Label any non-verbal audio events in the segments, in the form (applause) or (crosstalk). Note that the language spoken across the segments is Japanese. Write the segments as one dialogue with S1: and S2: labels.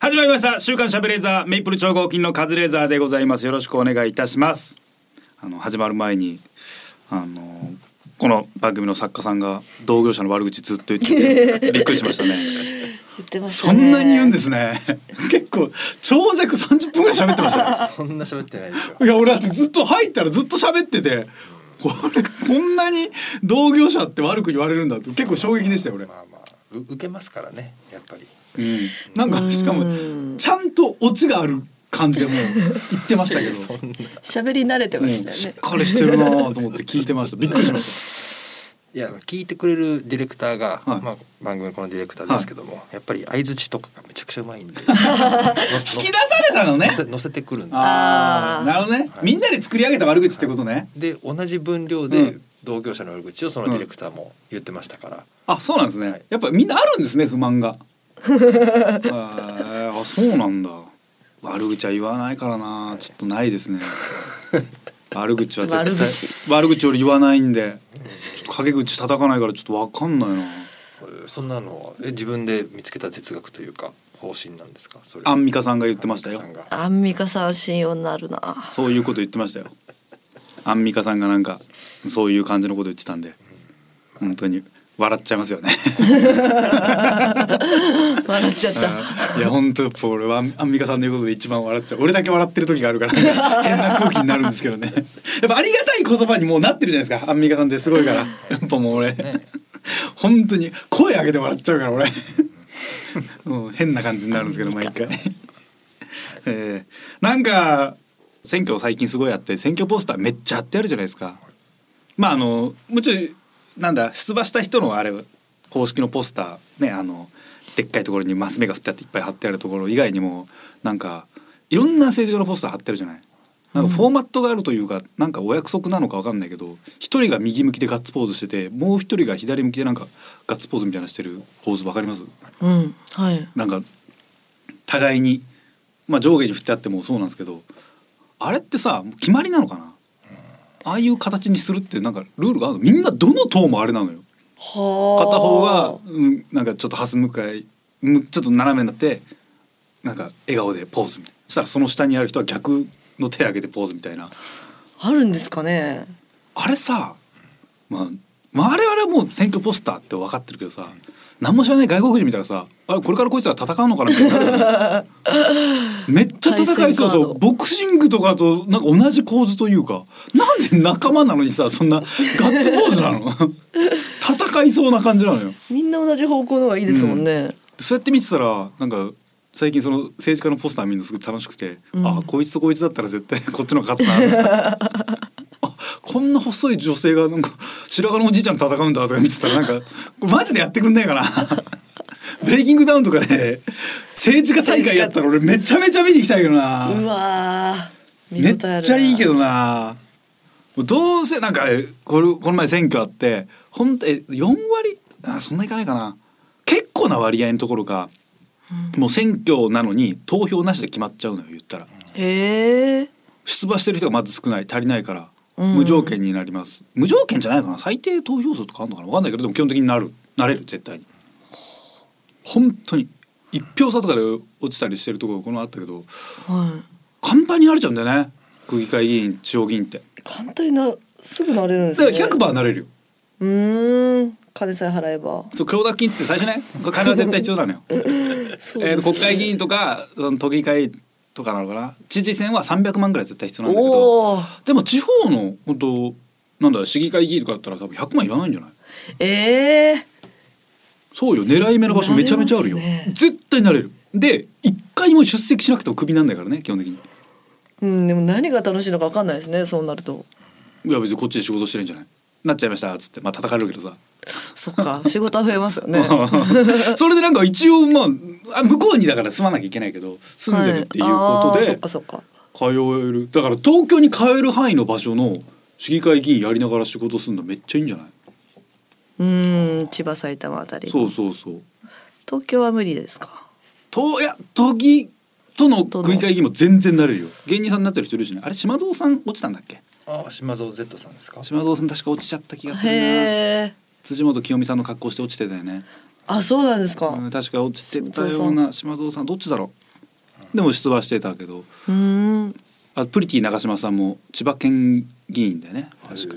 S1: 始まりました週刊シャベレーザーメイプル超合金のカズレーザーでございますよろしくお願いいたしますあの始まる前にあのこの番組の作家さんが同業者の悪口ずっと言っててびっくりしましたね
S2: 言ってました
S1: そ
S2: ね
S1: んなに言うんですね (laughs) 結構長尺30分ぐらい喋ってましたね
S3: (laughs) そんな喋ってないですよ。
S1: (laughs) いや俺だってずっと入ったらずっと喋っててこれこんなに同業者って悪く言われるんだって結構衝撃でしたよ俺、
S3: まあまあ、う受けますからね、やっぱり。
S1: なんかしかもちゃんとオチがある感じでもう言ってました (laughs) けど、
S2: 喋り慣れてまし
S1: うん
S2: た
S1: しっ
S2: よね
S1: かりしてるなぁと思って聞いてましたびっくりしまし
S3: いや、聞いてくれるディレクターが、
S1: はい
S3: まあ、番組このディレクターですけども、やっぱり相槌とかがめちゃくちゃうま
S1: (laughs)
S3: いんで。
S1: た
S3: 聞
S1: (laughs) 聞き出されたのね
S3: せ、乗せてくるんですよ。
S1: ああなるほどね、
S3: はい
S1: みんなで作り上げた悪口ってことね、 (laughs)
S3: で、同じ分量
S1: う
S3: で
S1: ん、
S3: 同業者の悪口をそのディレクターも言ってましたから。
S1: あそうなんですね、
S3: はい
S1: やっぱみんなあるんですね不満がああそうなんだ悪口は言わないからなちょっとないですね悪口は絶対
S2: 悪口
S1: 悪口より言わないんでちょっと陰口叩かないからちょっとわかんないな
S3: えーそんなのは、え自分で見つけた哲学というか、方針なんですか。それ
S1: アンミカさんが言ってましたよ
S3: アンミカさんが
S2: アンミカさん信用なるな
S1: そういうこと言ってましたよアンミカさんがなんかそういう感じのこと言ってたんで本当に笑っちゃいますよね
S2: (laughs) 笑っちゃった
S1: いや本当やっぱ俺はアンミカさんの言うことで一番笑っちゃう俺だけ笑ってる時があるからなんか変な空気になるんですけどねやっぱありがたい言葉にもうなってるじゃないですかアンミカさんってすごいからやっぱもう俺本当に声上げて笑っちゃうから俺もう変な感じになるんですけど毎回、 (laughs) えー、なんか選挙最近すごいあって選挙ポスターめっちゃ貼ってあるじゃないですかまああのもちろんなんだ出馬した人のあれ公式のポスターねあのでっかいところにマス目が振ってあっていっぱい貼ってあるところ以外にもなんかいろんな政治家のポスター貼ってあるじゃない。なんかフォーマットがあるというか、なんかお約束なのかわかんないけど一人が右向きでガッツポーズしててもう一人が左向きでなんかガッツポーズみたいなのしてる構図わかります
S2: うんはい
S1: なんか互いに、まあ、上下に振ってあってもそうなんですけどあれってさもう決まりなのかなああいう形にするってなんかルールがあるのみんなどの党もあれなのよ。
S2: はあ
S1: 片方が、うん、なんかちょっとハス向かいむちょっと斜めになってなんか笑顔でポーズみたいなそしたらその下にある人は逆の手を挙げてポーズみたいな
S2: あるんですかね
S1: あれさ、まあ、まあ我々はもう選挙ポスターって分かってるけどさ何も知らない外国人見たらさあれこれからこいつら戦うのかなみたいにな
S2: (laughs)
S1: るよねめっちゃ戦いそうそ
S2: 対戦カード
S1: うボクシングとかとなんか同じ構図というかなんで仲間なのにさそんなガッツポーズなの (laughs) 戦いそうな感じなのよ。
S2: みんな同じ方向の方がいいですもんね、
S1: そうやって見てたらなんか最近その政治家のポスター見るのすごく楽しくて、
S2: うん
S1: あこいつとこいつだったら絶対こっちの方が勝つなあこんな細い女性がなんか白髪のおじいちゃんと戦うんだとか見てたらなんかこれマジでやってくんないかな (laughs) ブレイキングダウンとかで政治家大会やったら俺めちゃめちゃ見に行きたいけどな
S2: うわー見応
S1: め
S2: えあ
S1: っ
S2: るな
S1: ちゃいいけどなもうどうせなんかこれこの前選挙あってほんとえ4割あそんないかないかな結構な割合のところがもう選挙なのに投票なしで決まっちゃうのよ言ったら
S2: へえ
S1: 出馬してる人がまず少ない足りないから
S2: うん
S1: 無条件になります、無条件じゃないかな最低投票数とかあるのかなわかんないけどでも基本的になるなれる絶対に本当に一票差とかで落ちたりしてるところがこのあったけど
S2: は
S1: 簡単になれちゃうんだよね区議会議員地方議員って。
S2: い簡単になすぐなれるんです
S1: だ
S2: ね
S1: から100なれるよ。
S2: うーん金さえ払えば
S1: そう供託金っつって最初ね、これ金は絶対必要なのよ。
S2: そ
S1: (laughs)
S2: う
S1: え
S2: です
S1: ー
S2: ね
S1: と国会議員とかその都議会とかなのかな。知事選は300万ぐらい絶対必要なんだけど、
S2: おおー
S1: でも地方の本当なんだ市議会議員とかだったら多分100万いらないんじゃない？
S2: ええ
S1: そうよ狙い目の場所めちゃめちゃあるよ。
S2: なれますね
S1: 絶対なれる。で一回も出席しなくてもクビなんだからね基本的に。
S2: うんでも何が楽しいのか分かんないですねそうなると
S1: いや別にこっちで仕事してるんじゃない？なっちゃいましたっつってまあ叩かれるけどさ。
S2: そっか仕事は増えますよね
S1: それでなんか一応まああ向こうにだから住まなきゃいけないけど住んでるっていうこ
S2: は
S1: と
S2: いあー
S1: で。
S2: そっかそっか
S1: 通えるだから東京に通える範囲の場所の市議会議員やりながら仕事するのめっちゃいいんじゃない、
S2: うーん千葉埼玉あたり
S1: そうそうそう
S2: 東京は無理ですか
S1: といや都議との区議会議員も全然なれるよ芸人さんになってる人いるしねあれ島蔵さん落ちたんだっけ
S3: ああ、島蔵 Z さんですか。
S1: 島蔵さん確か落ちちゃった気がするな
S2: へえ
S1: 辻元清美さんの格好して落ちてたよね、
S2: あそうなんですか、
S1: うん、確か落ちてたような島蔵さんどっちだろう
S4: でも出馬してたけど
S2: うーん
S4: あプリティ長嶋さんも千葉県議員だよね確か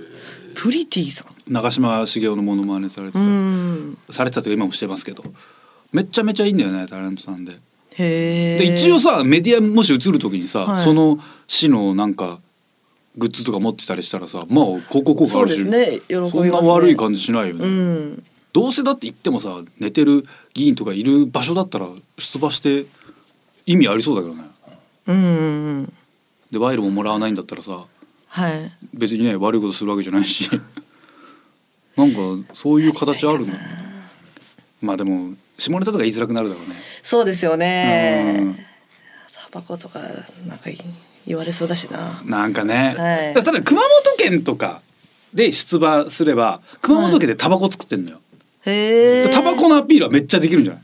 S2: プリティさん
S4: 長嶋茂雄のモノマネされて
S2: う
S4: た、
S2: ん
S4: されてたというか今もしてますけどめっちゃめちゃいいんだよねタレントさんで。
S2: へえ
S4: で一応さメディアもし映る時にさ、
S2: はい
S4: その市のなんかグッズとか持ってたりしたらさまあ広告効果
S2: そ
S4: あ
S2: う
S4: る
S2: で
S4: し
S2: すね喜びますね
S4: そんな悪い感じしないよね、
S2: うん
S4: どうせだって言ってもさ寝てる議員とかいる場所だったら出馬して意味ありそうだけどね
S2: うんうんうん
S4: で賄賂ももらわないんだったらさ
S2: はい
S4: 別にね悪いことするわけじゃないし (laughs) なんかそういう形あるのまあでも下ネタとか言いづらくなるだろうね
S2: そうですよ
S4: う
S2: ね
S4: ん
S2: タバコとかなんか言われそうだしな
S4: なんかね、
S2: はい
S4: だただ熊本県とかで出馬すれば熊本県でタバコ作ってんのよ、
S2: へえ
S4: タバコのアピールはめっちゃできるんじゃない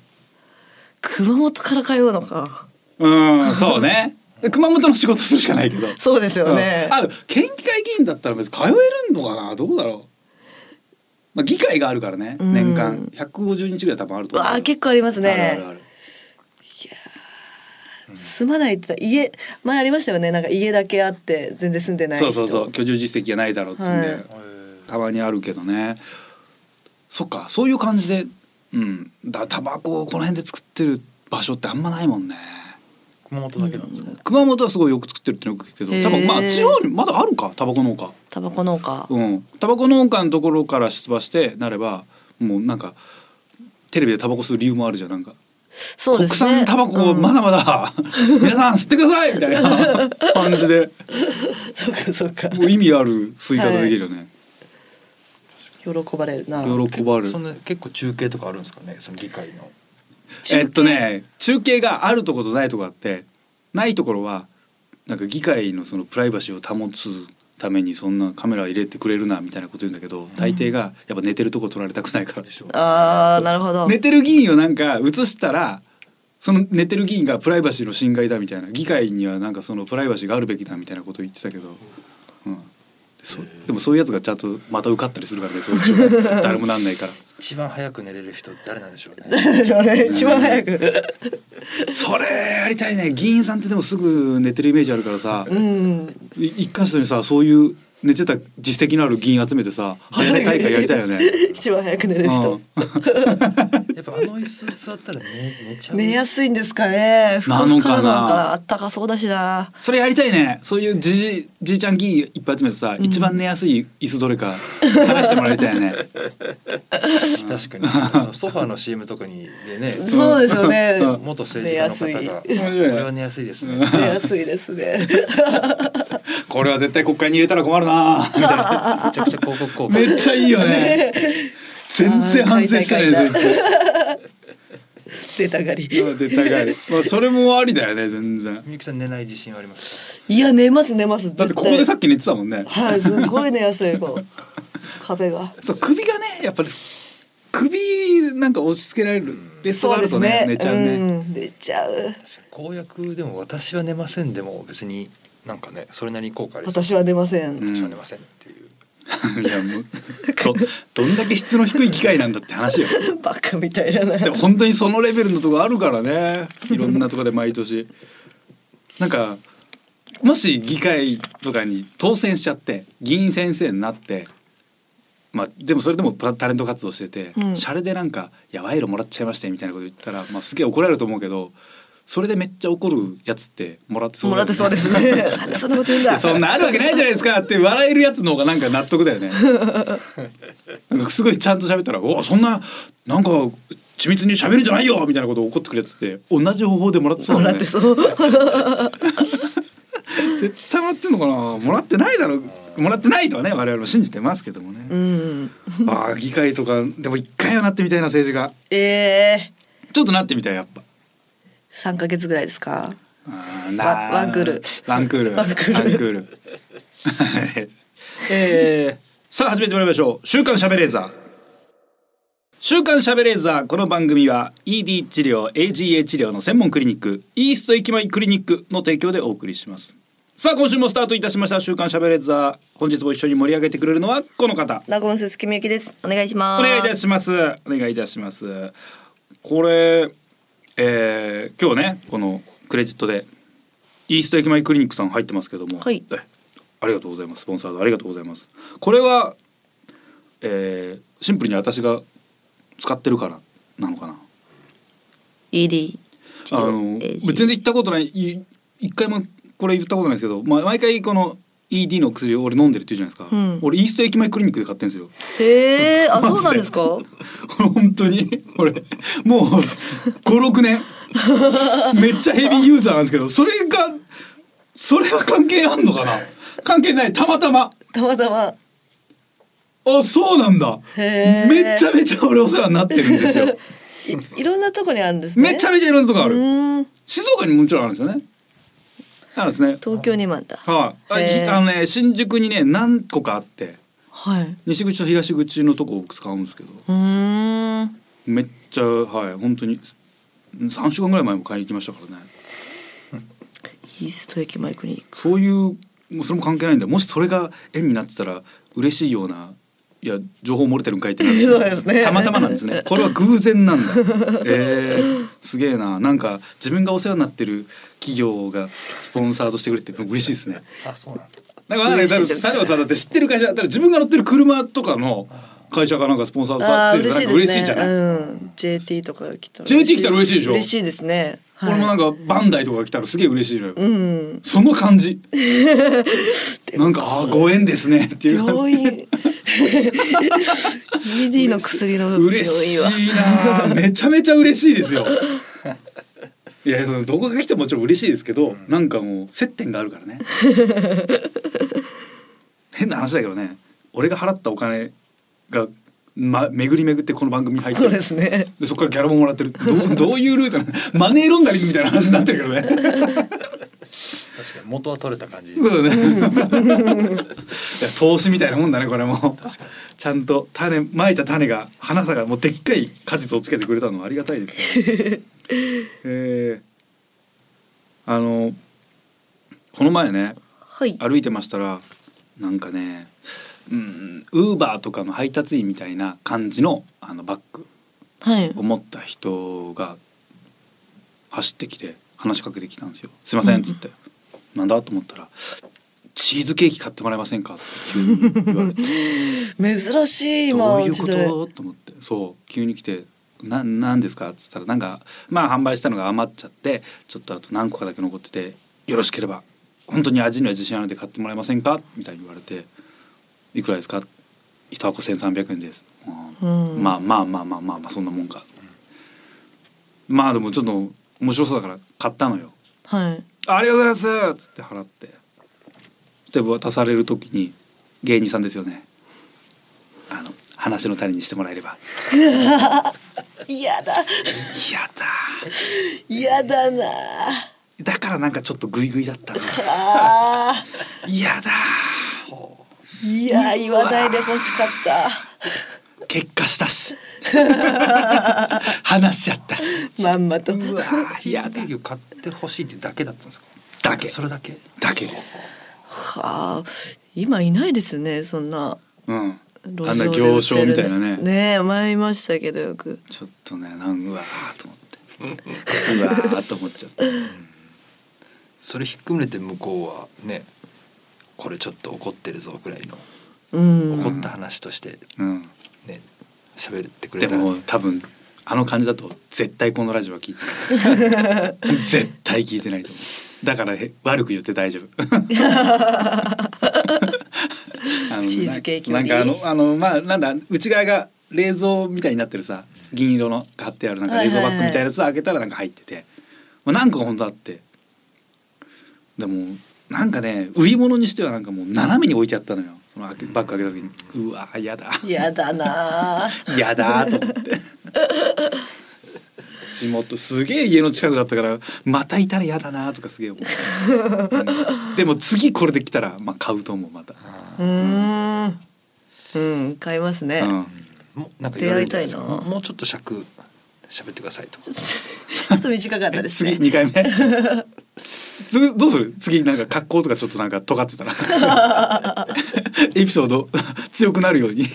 S2: 熊本から通うのか
S4: うんそうねで熊本の仕事するしかないけど
S2: そうですよね
S4: うんある県議会議員だったら別に通えるのかなどうだろう、まあ、議会があるからね
S2: うん
S4: 年間150日ぐらい多分あると思う
S2: わあ結構ありますね
S4: あるあるある
S2: 住まないって言ったら家前ありましたよねなんか家だけあって全然住んでない
S4: そ
S2: 人
S4: うそうそう居住実績がないだろうっつうんで、
S2: はい
S4: たまにあるけどねそっかそういう感じでうんだタバコをこの辺で作ってる場所ってあんまないもんね
S3: 熊本だけなんですか、
S4: 熊本はすごいよく作ってるってのよく聞くけど
S2: へー
S4: 多分まあ地方にまだあるかタバコ農家
S2: タバコ農家
S4: うんタバコ農家のところから出馬してなればもうなんかテレビでタバコ吸う理由もあるじゃんなんか、
S2: そう
S4: 国
S2: ですね
S4: 産タバコを
S2: うん
S4: まだ
S2: (laughs)
S4: まだ、皆さん吸ってくださいみたいな感じで
S2: そうかそうか
S4: もう意味ある吸い方できるよね、
S2: 喜ばれるな
S4: 喜ばれる
S3: そんな結構中継とかあるんですかねその議会の
S2: 中継
S4: えっとね中継があるところとないところあってないところはなんか議会のそのプライバシーを保つためにそんなカメラ入れてくれるなみたいなこと言うんだけど大抵がやっぱ寝てるとこ撮られたくないからでしょ。
S2: ああなるほど (laughs)
S4: 寝てる議員をなんか映したらその寝てる議員がプライバシーの侵害だみたいな議会にはなんかそのプライバシーがあるべきだみたいなことを言ってたけど、うん、そうでもそういうやつがちゃんとまた受かったりするからねそういう中間誰もなんないから。
S3: 一番早く寝れる人誰なんでしょうね
S2: あれ一番早く
S4: それやりたいね議員さんってでもすぐ寝てるイメージあるからさ
S2: うん
S4: い一箇所にさそういう寝てた実績のある議員集めてさ早寝大会やりたいよね。
S2: 一番早く寝れる
S4: う
S2: 人
S4: ん、
S3: やっぱあの椅子座ったら寝寝ちゃう
S2: 寝やすいんですかねふか
S4: なの
S2: ふ
S4: かな
S2: かなのかなあったかそうだしな
S4: それやりたいねそういうじじじいちゃん議員いっぱい集めてさ、
S2: うん
S4: 一番寝やすい椅子どれか試してもらいたいよね
S3: 確かにそのソファーの CM とかにでね
S2: そうですよね
S4: うん
S3: 元政治家の方が「こ
S2: 寝
S4: やすい
S3: れは寝やすいですね
S2: 寝やすいですね
S4: これは絶対国会に入れたら困るなみたいな」
S3: めちゃくちゃ広告効果
S4: (laughs) めっちゃいいよね全然反省してないですよ
S2: 出たが
S4: (laughs) いつ
S2: り
S4: も絶対帰るまあそれもありだよね全然
S3: みゆきさん寝ない自信はありますか
S2: いや寝ます寝ます
S4: だってここでさっき寝てたもんね
S2: はいすっごい寝やすい
S4: (laughs)
S2: こう壁が
S4: そう首がねやっぱり首なんか押し付けられるレストがあるとね寝ちゃうね、
S2: ん、寝ちゃう
S3: 確かに公約でも「私は寝ません」でも別になんかねそれなりに効果ありそう
S2: 私は寝ません、
S4: うん
S3: 私は寝ませんっていう
S4: (laughs) いやもうどどんだけ質の低い機械なんだって話よ
S2: バカみたいだな
S4: (laughs) でも本当にそのレベルのとこあるからねいろんなとこで毎年なんかもし議会とかに当選しちゃって議員先生になってまあでもそれでもタタレント活動してて、
S2: うん
S4: シャレでなんか「やばいのもらっちゃいましたよ」みたいなこと言ったら、まあ、すげえ怒られると思うけどそれでめっちゃ怒るやつってもらってそう
S2: もらってそうですすねなんでそんなこと言うんだ
S4: (laughs) そんなあるわけないじゃないですかって笑えるやつの方がなんか納得
S2: (laughs)
S4: だよね。なんかすごいちゃんと喋ったら「おそんななんか緻密に喋るんじゃないよ!」みたいなことを怒ってくるやつって同じ方法でもらってそう
S2: も
S4: だ
S2: ら
S4: よ
S2: っ
S4: ね
S2: て。そう
S4: 絶対もらってんのかなもらってないだろもらってないとはね我々も信じてますけども
S2: (laughs)
S4: ね。
S2: うん
S4: ああ議会とかでも一回はなってみたいな政治が
S2: ええ
S4: ちょっとなってみたいやっぱ。
S2: 三ヶ月ぐらいですか
S4: あーな
S2: ワンワンクール
S4: ワンクール
S2: ワンクール
S4: ワンクール (laughs) えーさあ始めてまいりましょう「週刊しゃべレーザー」週刊しゃべレーザーこの番組は ED 治療 AGA 治療の専門クリニックイースト駅前クリニックの提供でお送りしますさあ今週もスタートいたしました週刊しゃべレーザー本日も一緒に盛り上げてくれるのはこの方
S2: 名古屋鈴木みゆきですお願いしま
S4: お
S2: す
S4: 願いいたしますお願いいたしますこれ、えー今日ねこのクレジットでイースト駅前クリニックさん入ってますけども、
S2: はい
S4: えありがとうございますスポンサードありがとうございますこれは、えーシンプルに私が使ってるからなのかな
S2: ED
S4: あの全然行ったことないい一回もこれ言ったことないですけど、まあ、毎回この ED の薬を俺飲んでるって言うじゃないですか、
S2: うん
S4: 俺イースト駅前クリニックで買ってんですよ
S2: へえあ
S4: マ
S2: そう
S4: ジで
S2: なんですか
S4: 本当に俺もう56年めっちゃヘビーユーザーなんですけどそれがそれは関係あんのかな関係ないたまたま
S2: たまたま
S4: あそうなんだ
S2: へー
S4: めっちゃめちゃ俺お世話になってるんです
S2: (laughs)
S4: よ
S2: いいろんなとこにあるんですね
S4: めちゃめちゃいろんなとこあ
S2: う
S4: る
S2: ーん
S4: 静岡にももちろんあるんですよねあるんですね
S2: 東京にもあった
S4: はい、あ
S2: へー
S4: ひあのね新宿にね何個かあって
S2: はいう
S4: 西口と東口のとこを使うんですけど
S2: ーん
S4: めっちゃはい本当に3週間ぐらい前も買いに行きましたからね
S2: イースト駅前クリニック
S4: そういうもうそれも関係ないんだよもしそれが円になってたら嬉しいようないや情報漏れてるんかいってなる
S2: (laughs)
S4: し
S2: そうですね
S4: たまたまなんで
S2: (laughs)
S4: すねこれは偶然なんだえー、すげえななんか自分がお世話になってる企業がスポンサードしてくれて嬉しいですね
S3: あそうなんだ
S4: だから、ね、
S2: 嬉しい
S4: 例
S2: で
S4: え
S2: す
S4: ばさだって知ってる会社だったら自分が乗ってる車とかの会社がなんかスポンサーさ
S2: あー
S4: ついて
S2: 嬉
S4: た
S2: し
S4: ら
S2: いですね
S4: なんか嬉しいじゃない、
S2: うん、JT とか来たら
S4: JT 来たら嬉しいでしょ
S2: 嬉しいですね、はい、
S4: 俺もなんかバンダイとか来たらすげえ嬉しいのよ、
S2: うん
S4: その
S2: (laughs)
S4: 感じなんかあーご縁ですねっていう
S2: 病院 (laughs) ED の薬の病院
S4: 嬉し
S2: はい
S4: なあ (laughs) めちゃめちゃ嬉しいですよいやそのどこが来てももちろん嬉しいですけど、なんかもう接点があるからね変な話だけどね俺が払ったお金が、ま、巡り巡ってこの番組に入って
S2: そう
S4: る
S2: ですね
S4: でそこからギャラももらってるどうどういうルートなのマネーロンダリングみたいな話になってるけどね
S3: 確かに元は取れた感じです
S4: そうだねいや投資みたいなもんだねこれもちゃんと種まいた種が花さがもうでっかい果実をつけてくれたのはありがたいですねえーあのこの前ね
S2: はい
S4: 歩いてましたらなんかねうんウーバーとかの配達員みたいな感じのあのバッグ
S2: はい
S4: 思った人が走ってきて話しかけてきたんですよ「すいません」っつって「なんだ?」と思ったら「チーズケーキ買ってもらえませんか?」って急に言われて
S2: 珍しい
S4: ど
S2: 今
S4: ういう
S2: 時
S4: こ
S2: 代
S4: とと思ってそう急に来て「ななんですか?」っつったらなんかまあ販売したのが余っちゃってちょっとあと何個かだけ残ってて「よろしければ本当に味には自信あるので買ってもらえませんか?」みたいに言われて「いくらですか?」「1箱1,300円です」
S2: うん
S4: まあまあまあまあまあまあそんなもんか、まあでもちょっと面白そうだから買ったのよ
S2: はい
S4: ありがとうございますつって払ってで渡される時に芸人さんですよねあの話の種にしてもらえれば
S2: 嫌だ
S4: 嫌だ
S2: 嫌だな
S4: だからなんかちょっとグイグイだ (laughs) ったな
S2: あ
S4: 嫌だ
S2: ーいや言わないで欲しかった
S4: 結果したし (laughs) 話し合ったし
S2: まんまと
S4: うわ
S3: チー
S4: 嫌
S3: ズケ
S4: だ
S3: ーキを買ってほしいっていうだけだったんですか
S4: だけ
S3: それだけ
S4: だけです
S2: はあ今いないですよねそんな
S4: うん
S2: 路
S4: あんな
S2: 上で
S4: 行商み
S2: 売って
S4: た
S2: る
S4: いなね
S2: ねえ前いましたけどよく
S4: ちょっとねなんうわーと思ってうわーと思っちゃった
S3: それひっくるめて向こうはねこれちょっと怒ってるぞぐらいの
S2: うん
S3: 怒った話として
S4: うん
S3: ね喋ってくれ
S4: で
S3: たら
S4: も多分あの感じだと絶対このラジオは聞いてない
S2: (laughs)
S4: 絶対聞いてないと思うだからへ悪く言って大丈
S2: (laughs)
S4: 夫あの
S2: チーズケーキよ
S4: な
S2: り
S4: なんかあのあのまあなんだ内側が冷蔵みたいになってるさ銀色の買ってあるなんか冷蔵バッグみたいなやつを開けたらなんか入ってて、まあ、何個か本当あってでもなんかね売り物にしてはなんかもう斜めに置いてあったのよその開けバッグ開けた時にうわーやだ
S2: 嫌だな
S4: やだーと思って
S2: (laughs)
S4: 地元すげえ家の近くだったからまたいたらやだなーとかすげえ思う、うんでも次これできたらまあ買うと思うまた、
S2: うーんうん買いますね、
S4: うん、
S3: もうなんか言われるんじゃですか
S2: 出会いたいな
S3: もうちょっと尺喋ってくださいと
S2: ちょっと短かったです
S4: 次
S2: ね
S4: 二回目次どうする次なんか格好とかちょっとなんか尖ってたら
S2: (laughs)
S4: エピソード強くなるように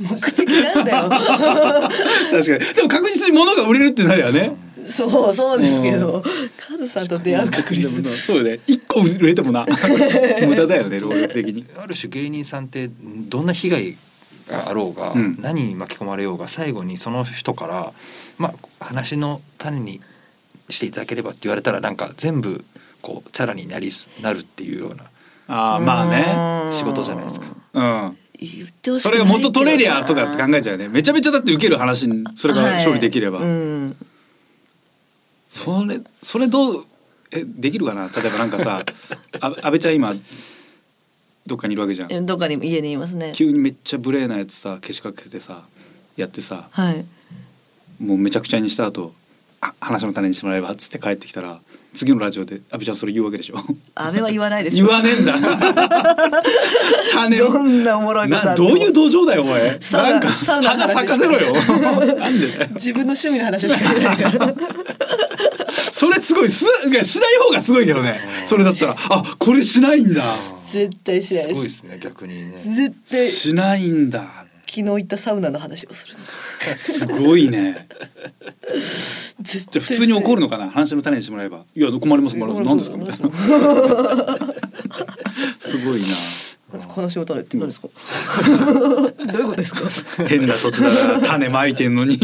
S2: 目的なんだよ
S4: (laughs) 確かにでも確実に物が売れるってなりゃね
S2: そうそうですけど、カズさんと出会う確率
S4: でもそうよね一個売れ
S2: (laughs)
S4: てもな無駄だよね労力的に
S3: ある種芸人さんってどんな被害があろうが、
S4: うん
S3: 何に巻き込まれようが最後にその人から、まあ、話の種にしていただければって言われたらなんか全部こうチャラになりすなるっていうような
S4: ああまあね
S3: 仕事じゃないですか。
S4: うん
S2: 言ってほしく
S4: そ
S2: ないけ
S4: れ
S2: ど
S4: が
S2: な
S4: 元取れりゃとかって考えちゃうよねめちゃめちゃだって受ける話にそれが勝利できれば、
S2: はいうん
S4: それそれどうえできるかな例えばなんかさあ安倍ちゃん今どっかにいるわけじゃん
S2: えどっかに家にいますね
S4: 急にめっちゃ無礼なやつさけしかけてさやってさ
S2: はい
S4: もうめちゃくちゃにした後あ話の種にしてもらえば」っつって帰ってきたら次のラジオで安倍ちゃんそれ言うわけでしょ
S2: 安倍は言わないです
S4: 言
S2: よ
S4: わね
S2: (laughs)
S4: えんだ種を
S2: どんなおもろいことあ
S4: な
S2: って
S4: ど
S2: も
S4: ういう土壌だよお前
S2: サウナ
S4: なんか
S2: サウナの
S4: 花
S2: 話
S4: 咲かせろよなんでだよ
S2: 自分の趣味の話しか言ない
S4: (laughs)
S2: から
S4: それすごいすいやしない方がすごいけどねそれだったらあこれしないんだ
S2: 絶対しない
S3: す
S2: で
S3: ごい
S2: す
S3: ですね逆にね。
S2: 絶対昨
S4: しないんだ
S2: 日行ったサウナの話をする
S4: すごいね
S2: 絶
S4: じ
S2: 対
S4: ゃあ普通に怒る
S2: の
S4: のかな話の種にしてもらえばいや困ります困ります何ですかみたいなすごいな
S2: この仕事って何ですか (laughs) どういうことですか
S4: 変な土地だな種まいてんの (laughs) に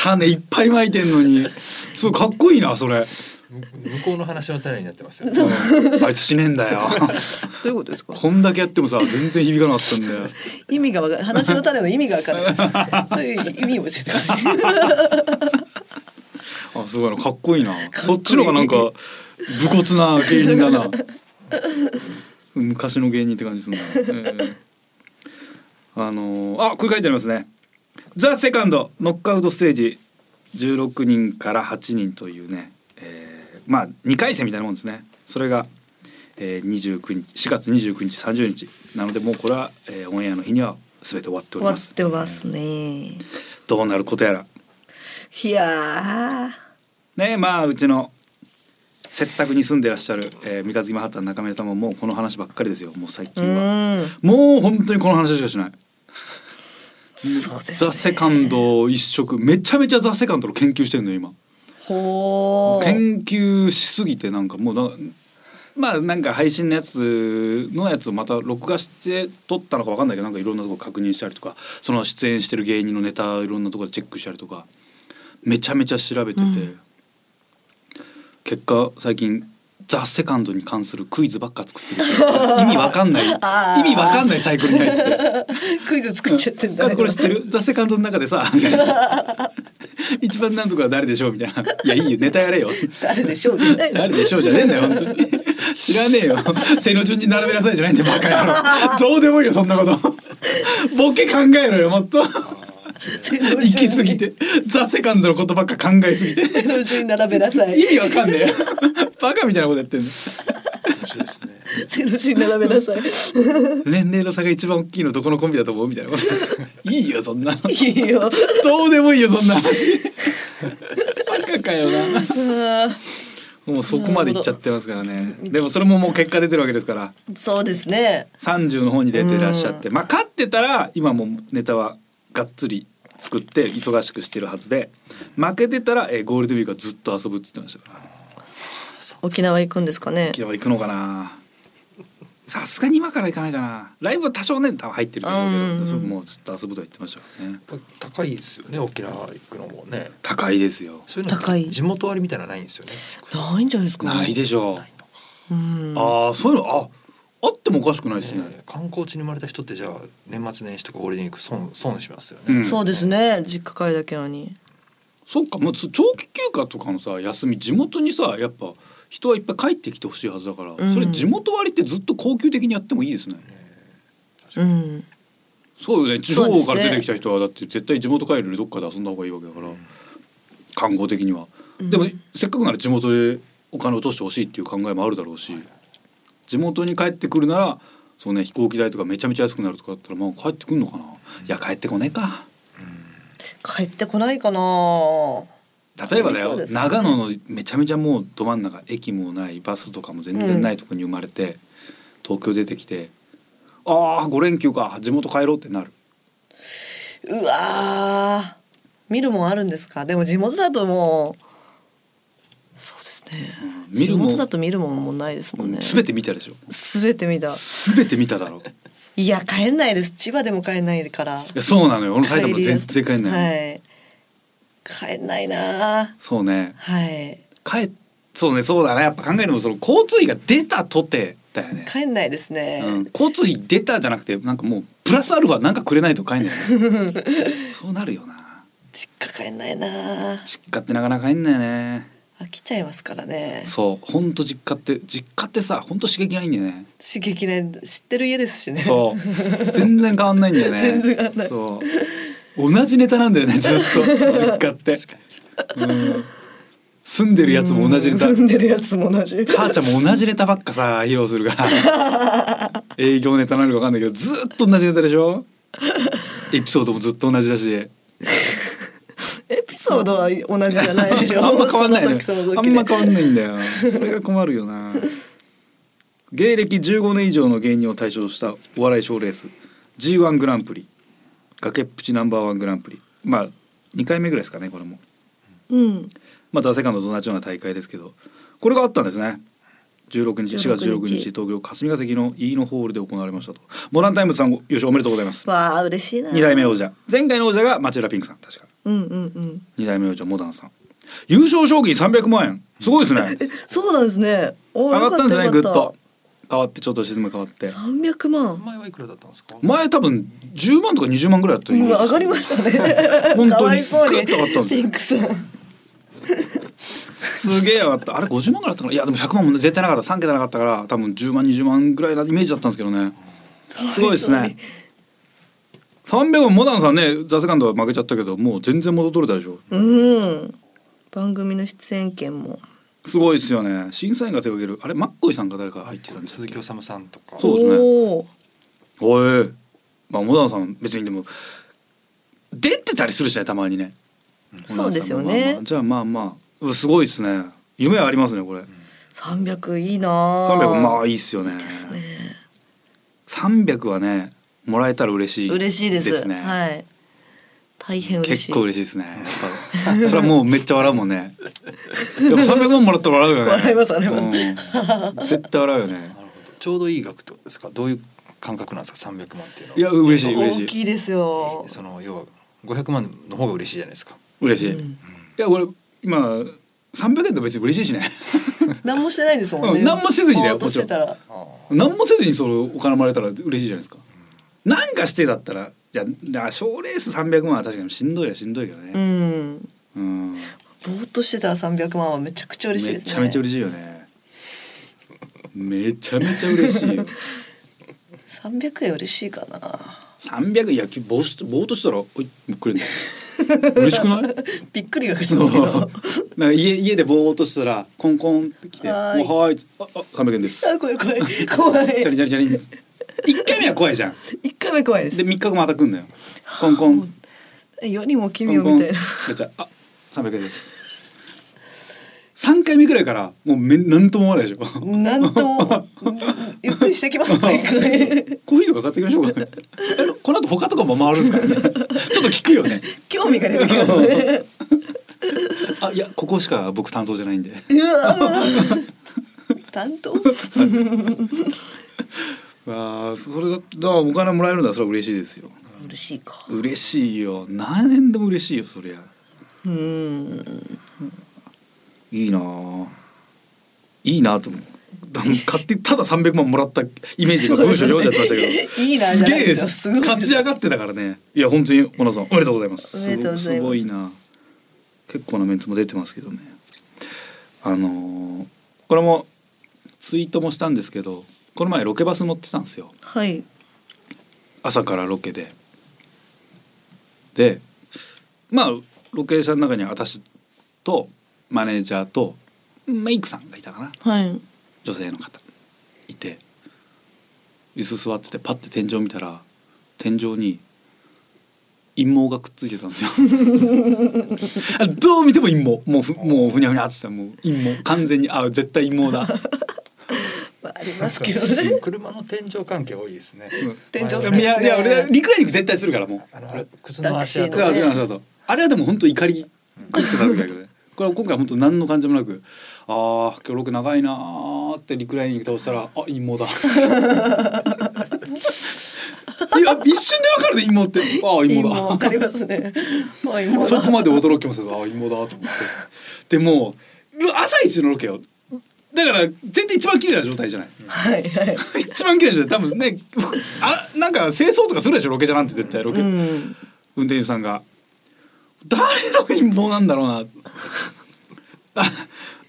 S4: 種いっぱいまいてんのにすごいかっこいいなそれ、
S3: 向こうの話の種になってますよ、
S4: うんあいつ死ねえんだよ
S2: どういうことですか
S4: こんだけやってもさ全然響かなかったんだよ
S2: 意味がわかんない話の種の意味がわからないという意味を教えてください
S4: あすごいなかっこいいな
S2: こいい
S4: そっちのがなんか武骨な芸人だな (laughs) 昔の芸人って感じするな、えーあのーあこれ書いてありますね「ザ・セカンドノックアウトステージ16人から8人」というね、えーまあ2回戦みたいなもんですねそれが、えー、29日4月29日30日なのでもうこれは、えーオンエアの日には全て終わって
S2: 終
S4: おり
S2: わ
S4: ま
S2: っ
S4: す
S2: てますね
S4: どうなることやら
S2: いや
S4: ねまあうちの接宅に住んでらっしゃる、えー、三日月マハッタン中村さんももうこの話ばっかりですよもう最
S2: ーう
S4: 近は
S2: ん
S4: もう本当にこの話しかしない
S2: そうですね
S4: ザ・セカンド一色めちゃめちゃザ・セカンドの研究してるのよ今
S2: ほー
S4: 研究しすぎてなんかもうなまあなんか配信のやつのやつをまた録画して撮ったのかわかんないけどなんかいろんなとこ確認したりとかその出演してる芸人のネタいろんなとこでチェックしたりとかめちゃめちゃ調べてて、
S2: うん
S4: 結果最近「ザ・セカンドに関するクイズばっか作ってる意味わかんない意
S2: (laughs) あー
S4: 味わかんないサイクルに入ってて。
S2: クイズ作っ (laughs) ちゃってんだ
S4: カズこれ知ってる「ザ・セカンドの中でさ
S2: (laughs)
S4: 一番なんとかは誰でしょうみたいな「いやいいよネタやれよ」
S2: 誰でしょうね
S4: 誰でしょうじゃねえんだよ本当に知らねえよ背の順に並べなさいじゃないんだよバカ野郎どうでもいいよそんなことボケ考えろよもっと行き過ぎてザ・セカンドのことばっか考えすぎて
S2: 手の順に並べなさ
S4: 意
S2: い
S4: 味わかんねえよバカみたいなことやってる
S3: 面白いですね。
S2: 手の順に並べなさい
S4: 年齢の差が一番大きいのどこのコンビだと思うみたいなこといいよそんなの
S2: いいよ
S4: どうでもいいよそんな話バカかよなもうそこまで行っちゃってますからねでもそれももう結果出てるわけですから
S2: そうですね
S4: 30の方に出てらっしゃって、まあ勝ってたら今もネタはがっつり作って忙しくしてるはずで負けてたら、えーゴールデンウィークはずっと遊ぶって言ってましたから
S2: 沖縄行くんですかね
S4: 沖縄行くのかなさすがに今から行かないかなライブは多少ね多分入ってると思うけど、
S2: うん
S4: それもうずっと遊ぶとは言ってましたからね
S3: 高いですよね沖縄行くのもね。
S4: 高いですよ
S3: そういうのって
S2: 高い
S3: 地元割みたいなのないんですよね。
S2: ないんじゃないですか
S4: ないでしょう
S2: うん
S4: ああそういうのああってもおかしくないですね。
S3: ね観光地に生まれた人ってじゃあ年末年始とかゴールデンウィーク損損しますよね。
S4: うん
S2: そうですね実家帰だけなのに
S4: そっか、まあ、つ長期休暇とかのさ休み地元にさやっぱ人はいっぱい帰ってきてほしいはずだから、
S2: うん
S4: それ地元割ってずっと恒久的にやってもいいですね。
S2: うん
S4: そうよね地方
S2: そうです
S4: か
S2: ね
S4: ら出てきた人はだって絶対地元帰るよりどっかで遊んだ方がいいわけだから、観光的には。
S2: うん
S4: でもせっかくなら地元でお金を落としてほしいっていう考えもあるだろうし地元に帰ってくるならそう、ね、飛行機代とかめちゃめちゃ安くなるとかだったらまあ帰ってくんのかな、いや帰ってこねえか。
S2: 帰ってこないかな
S4: 例えばだ
S2: そ
S4: よ、
S2: うですね
S4: 長野のめちゃめちゃもうど真ん中駅もないバスとかも全然ないとこに生まれて、東京出てきてああ5連休か地元帰ろうってなる
S2: うわー見るもんあるんですかでも地元だともうそうですね
S4: うん見るもん
S2: 地元だと見るもんもないですもんね
S4: すべて見たでしょ
S2: 全て見た
S4: すべて見ただろうい
S2: いや帰んないです千葉でも帰んないから
S4: やそうなのよ俺埼玉
S2: 帰り
S4: 全然帰んない、
S2: はい帰んないな
S4: そうね
S2: はい
S4: 帰そうねそうだねやっぱ考えるのもその交通費が出たとてだ
S2: (laughs)
S4: よね、
S2: 帰んないですね、
S4: うん、交通費出たじゃなくてなんかもうプラスアルファなんかくれないと帰んないよ
S2: (laughs)
S4: ねそうなるよな
S2: 実家帰んないな
S4: 実家ってなかなか帰んないね
S2: 飽きちゃいますからね
S4: そうほんと実家って実家ってさほんと刺激ないんだよね
S2: 刺激ね知ってる家ですしね
S4: そう全然変わんないんだよね
S2: 全然変わんない
S4: そう同じネタなんだよねずっと実家って、うん、住んでるやつも同じネタ
S2: 住んでるやつも同じ
S4: 母ちゃんも同じネタばっかさ披露するから
S2: (laughs)
S4: 営業ネタなのか分かんないけどずっと同じネタでしょエピソードもずっと同じだし
S2: エピソードは同じじゃ (laughs) ないでしょ
S4: あんま変わんないのよ
S2: その時その
S4: あ
S2: 時
S4: ん
S2: で
S4: ま変わんないんだよそれが困るよな芸歴15年以上の芸人を対象としたお笑い賞レース G1 グランプリ崖っぷちナンバーワングランプリまあ2回目ぐらいですかねこれも
S2: うん
S4: またセカンドと同じような大会ですけどこれがあったんですね16日4月16
S2: 16
S4: 日東京霞が関の飯野ホールで行われましたとモランタイムズさんご優勝おめでとうございます
S2: わあ嬉しいな
S4: 2代目王者前回の王者が町浦ピンクさん確か
S2: うんうんうん
S4: 2代目王者モダンさん優勝賞金300万円すごいですね
S2: そうなんですねお
S4: 上がったんですねぐっ
S2: よかた
S4: と変わってちょっと沈む変わって
S2: 300万
S3: 前はいくらだったんですか。
S4: 前多分10万とか20万ぐらいだった
S2: うわ上がりましたね
S4: 本当に
S2: かわいそう
S4: ぐっ
S2: に
S4: と上がったんで
S2: ピ
S4: す
S2: ンクさん
S4: すげえ上がったあれ50万ぐらいだったかないやでも100万も絶対なかった3桁なかったから多分10万20万ぐらいなイメージだったんですけどねすごいですね300万モダンさんねザ・セカンドは負けちゃったけどもう全然戻っとれたでしょ
S2: うん番組の出演権も
S4: すごいですよね審査員が手掛けるあれマッコイさんか誰か入ってたんです
S3: 鈴木おさむさんとか。
S4: そうですね
S2: おー
S4: おいまあモダンさん別にでも出てたりするしねたまにね
S2: そうですよ
S4: まあま
S2: ね
S4: あじゃあまあまあうんすごいですね夢はありますねこれ
S2: 300いいな
S4: 300まあいいっすよね
S2: いいですね
S4: 300はねもらえたら嬉しい
S2: 嬉しいです
S4: ね、
S2: はい大変嬉しい
S4: 結構嬉しいですね
S1: (laughs)
S4: やっぱそれはもうめっちゃ笑うもんねでも300万もらったら笑うよね
S2: 笑います笑います
S4: うん絶対笑うよね
S3: なるほど。ちょうどいい額ってことですか。どういう感覚なんですか。三百万っていうのは。
S4: いや嬉しい嬉し
S2: 大
S4: い
S2: きいですよ
S3: その要は五百万の方が嬉しいじゃないですか。
S4: 嬉しい、
S2: う
S4: い
S2: ん
S4: や俺今300円と別に嬉しいしね (laughs)
S2: 何もしてないですもんね。
S4: うん何もせずにだよ
S2: ぼーっとしてたら。
S3: あ
S4: 何もせずにそのお金もらえたら嬉しいじゃないですかなんかしてだったらいやだから賞レース300万は確かにしんどいはしんどいけど
S2: う
S4: ね、
S2: ん。
S4: うん
S2: ぼーっとしてたら三百万はめちゃくちゃ嬉しい
S4: め
S2: ですね。
S4: ちゃめちゃ嬉
S2: しい。
S4: しいよねめちゃめちゃ嬉し
S2: (laughs)
S4: いよ
S2: 三百円嬉しいかな。 (laughs)
S4: 300いやきぼーしぼーっとしたらおいくれんだよ嬉しくない
S2: びっくりがし
S4: そ
S2: ま
S4: う
S2: すけど。
S4: なんか家家でぼーっとしたらコンコンって来て「お
S2: はーい
S4: はーい」ああ300円です」
S2: あ怖い怖い怖
S4: チャリ
S2: い。
S4: チャリチャリ1回
S2: (laughs)
S4: 目は怖いじゃん
S2: 一回目怖いで。
S4: です3日後また来んのよコンコン
S2: 世にも奇
S4: コ
S2: 妙
S4: ンコン
S2: みたいな。
S4: ガチャあ300円です3回目くらいからもうめ何とも思わないでしょコ
S2: なんと
S4: (laughs)
S2: もうんゆっくりしてきますか一回。
S4: ーヒーとか買ってきましょう
S2: (laughs)
S4: かねえこの後他とかも回るんですかみたいなちょっと聞くよね
S2: 興味が出て
S4: (laughs)
S2: きますね。
S4: あいやここしか僕担当じゃないんで
S2: うわ。担当。
S4: ああそれだだからお金もらえるんだそれは嬉しいですよ
S2: 嬉しいか。
S4: 嬉しいよ何円でも嬉しいよそりゃ
S2: うん。
S4: いいなあいいなと思うだ買ってただ300万もらったイメージが文章読んじゃってましたけど
S2: いいなじ
S4: す
S2: ゃな
S4: げ
S2: いで
S4: えです
S2: よ
S4: す
S2: すごい
S4: 勝ち上がってたからねいや本当に小野さんおめでとうございます
S2: おめでとうございます
S4: すごいな結構なメンツも出てますけどねあのーこれもツイートもしたんですけどこの前ロケバス乗ってたんですよ
S2: はい。
S4: 朝からロケででまあロケーションの中に私とマネージャーとメイクさんがいたかな
S2: はい。
S4: 女性の方いて椅子座っててパッて天井見たら天井に陰毛がくっついてたんですよあどう見ても陰毛もうふもうふにゃふにゃってしたもう陰毛完全にあ絶対陰毛だ
S2: まあ、ありますけど
S4: (laughs)
S2: ね。
S3: 車の天井関係多いですね。
S4: うん
S2: 天井好き
S3: 前
S2: です
S3: はい
S2: ね
S4: いやいや俺リクライニング絶対するからもう
S3: あの靴の足
S2: タクシー
S4: そう
S2: のね
S3: 跡
S4: そうそうそうあれはでも本当怒り食ってた時だけどねこれは今回本当何の感じもなく「ああ今日録長いな」ってリクライニング倒したら「あ陰謀だ」いや一瞬で分かるね陰謀って「ああ陰
S2: 今
S4: 謀
S2: わ
S4: だ」
S2: かりますね。まあ今
S4: そこ
S2: だ。
S4: まで驚きもせず「ああ陰謀だ」と思ってでもう朝一のロケよだから全然一番綺麗な状態じゃない
S2: はいはい。
S4: (laughs) 一番綺麗じゃん多分ねあなんか清掃とかするでしょロケじゃなんて絶対ロケ、
S2: うん。
S4: 運転手さんが誰の陰謀なんだろうなあ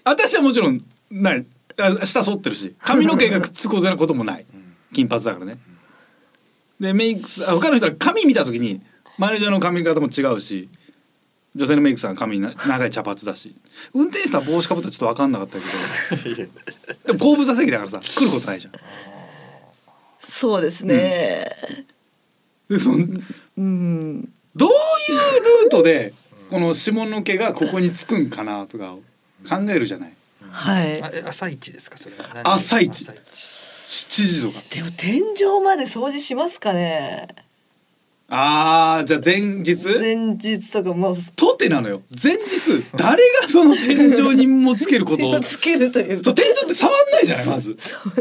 S4: 私はもちろんないあ下剃ってるし髪の毛がくっつくことなこともない金髪だからねでメイクさん他の人は髪見た時にマネージャーの髪型も違うし女性のメイクさんは髪な長い茶髪だし運転手さん帽子かぶったらちょっと分かんなかった
S2: (laughs)
S4: けどでも後部座席だからさ来ることないじゃん。
S2: そうですね。
S4: でその
S2: うん。
S4: どういうルートでこの下の毛がここにつくんかなとかを考えるじゃない
S2: はい
S3: あ。え朝一ですかそれは何時
S4: 朝一7時とか
S2: でも天井まで掃除しますかね。
S4: あーじゃあ前日
S2: 前日とかもうす
S4: とてなのよ前日誰がその天井にもつける
S2: (laughs)
S4: ことを
S2: つけるという
S4: そう
S2: か。
S4: 天井って触んないじゃないまず触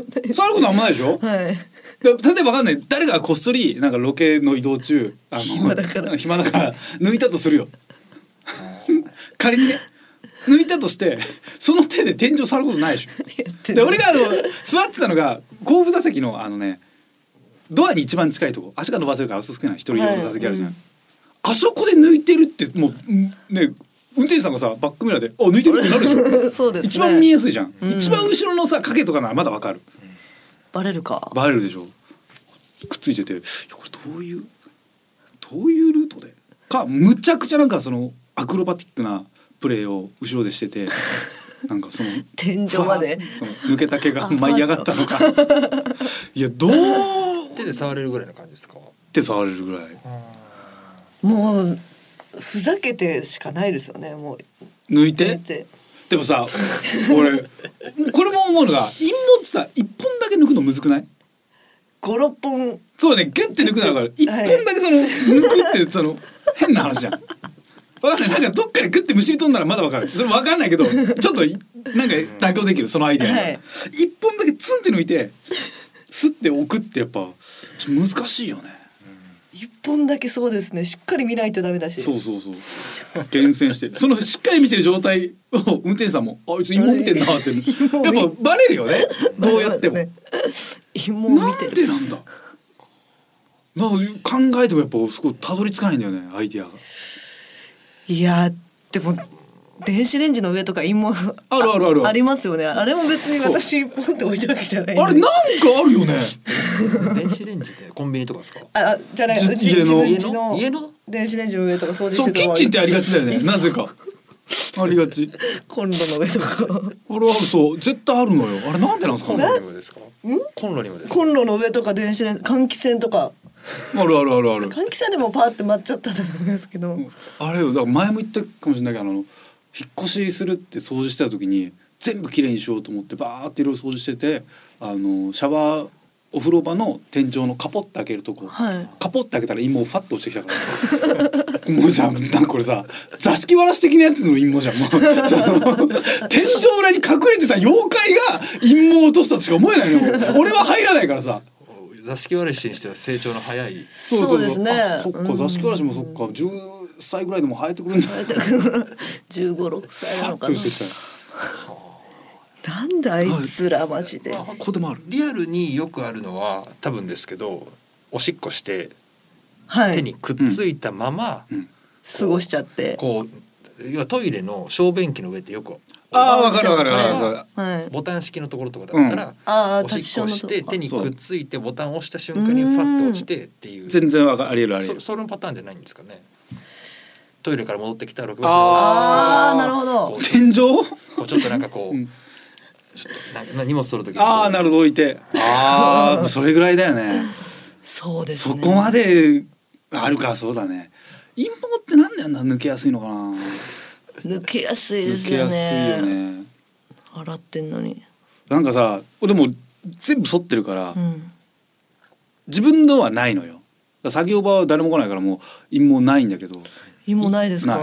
S4: ることあんまないでしょ
S2: はい。
S4: で例えばわかんない誰かこっそりなんかロケの移動中あの
S2: 暇だから
S4: (laughs) 暇だから抜いたとするよ仮にね抜いたとしてその手で天井触ることないでしょ
S2: やって
S4: で
S2: る
S4: 俺があの座ってたのが後部座席のあのねドアに一番近いとこ足が伸ばせるからあそこ少ない一人用の座席あるじゃん、
S2: はいうん
S4: あそこで抜いてるってもうんね運転手さんがさバックミラーで「あ抜いてる」ってなるでしょ
S2: (laughs) そうですね。
S4: 一番見えやすいじゃん、
S2: うん
S4: 一番後ろのさ影とかならまだわかる
S2: バレるか。
S4: バレるでしょくっついてていやこれどういうどういうルートでかむちゃくちゃなんかそのアクロバティックなプレーを後ろでして
S2: (laughs)
S4: てなんかその
S2: 天井まで。
S4: その抜けた毛が舞い上がったのか (laughs) いやどう
S3: 手で触れるぐらいの感じですか
S4: って触れるぐらい
S2: もうふざけてしかないですよね。もう
S4: 抜い
S2: だ
S4: て
S2: って
S4: でもさ俺これも思うのが陰謀ってさ一本だけ抜くのむずくない
S2: 五六本
S4: そうねギュッて抜くなら分かる一
S2: はい
S4: 本だけその抜くって言ってたの変な話じゃん。わかんないなんかどっかでグッてむしり取んならまだわかるそれわかんないけどちょっとなんか妥協できるそのアイデアが、
S2: はい
S4: 一本だけツンって抜いてスッて置くってやっぱちょっと難しいよね。
S2: 一本だけそうですね。しっかり見ないとダメだし。
S4: そうそうそう。厳選して、 (laughs) そのしっかり見てる状態を運転手さんも、あいつ芋見てんなって。
S2: 芋見
S4: やっぱバレるよね。どうや
S2: (laughs)
S4: っても。
S2: ね。芋を
S4: な
S2: 見て
S4: ん
S2: る。
S4: でなんだ。な考えてもやっぱそこたどり着かないんだよねアイディアが
S2: いやでも電子レンジの上とか芋
S4: あるあるある
S2: ありますよね。あれも別に私一本って置いたわけじゃないんで。
S4: あれなんかあるよね
S3: 電子レンジでコンビニとかですか
S2: ああじゃない
S4: じ
S2: うち
S4: 家
S2: 自
S4: の
S2: 分ちの
S3: 家の
S2: 電子レンジの上とか掃除し
S4: そう
S2: て
S4: キ
S2: た
S4: ッ
S2: わ
S4: チンってありがちだよねなぜかありがち
S2: コンロの上とか
S4: あれはそう絶対あるのよあれなんでなんです
S3: コ
S4: か
S3: ン
S4: ね (laughs)
S3: ロにもですかコンロにもですか
S2: コンロの上とか電子レンジ換気扇とか
S4: あるあるあるある
S2: 換気扇でもパーって待っちゃったと思いますけど、
S4: あれよだから前も言ったかもしれないけどあの引っ越しするって掃除してた時に全部きれいにしようと思ってバーっていろいろ掃除しててあのシャワーお風呂場の天井のカポッて開けるとこ、
S2: はい
S4: カポッて開けたら陰謀ファッと落ちてきたから (laughs) もうじゃあなんかこれさ座敷わらし的なやつの陰謀じゃんもう (laughs) その天井裏に隠れてた妖怪が陰謀を落としたとしか思えないのよ俺は入らないからさ。
S3: 座敷わらしにしては成長の早い
S2: そうですね
S4: あそっ
S2: う
S4: か
S2: ん
S4: 座敷わらしもそっか十歳ぐらいでも生えてくるんだ。
S2: 十五六歳な
S4: さ
S2: の
S4: っ
S2: かな
S4: としてきた。
S2: なんであいつらマジで、
S4: ここでもある。
S3: リアルによくあるのは多分ですけどおしっこして
S2: は
S3: 手
S2: い
S3: にくっついたまま、
S4: うん
S2: 過ごしちゃって
S3: こう要はトイレの小便器の上ってよく
S4: あーわ
S2: かるわかるわかる
S4: わか
S2: はい
S3: ボタン式のところとかだったら、
S2: ああ
S3: おし
S2: 立ち
S3: っ
S2: ショ
S3: こ
S2: ンの
S3: して手に
S4: そう
S3: くっついてボタンを押した瞬間にファッと落ちてっていう
S4: 全然わかありえるありえ
S3: そ
S4: る。
S3: そのパターンじゃないんですかねトイレから戻ってきた6
S2: あ
S4: あ
S2: あ
S4: ー
S2: なるほど
S3: こ
S4: 天井？
S3: こうちょっとなんかこう、
S4: うん
S3: ちょっとなな荷物取る時
S4: ああなる
S3: ほ
S4: ほど置いて。ああそれぐらいだよね。 (laughs)
S2: そうです
S4: そ
S2: ね
S4: こまであるかそうだね。陰謀ってなんであんな抜けやすいのかな。
S2: 抜けやすいで
S4: 抜
S2: す
S4: け
S2: よ
S4: やすい
S2: ね
S4: よね。
S2: 洗ってんのに
S4: なんかさ、俺も全部剃ってるから
S2: うん
S4: 自分のはないのよ。だから作業場は誰も来ないからもう陰謀ないんだけど。
S2: 家もないですか。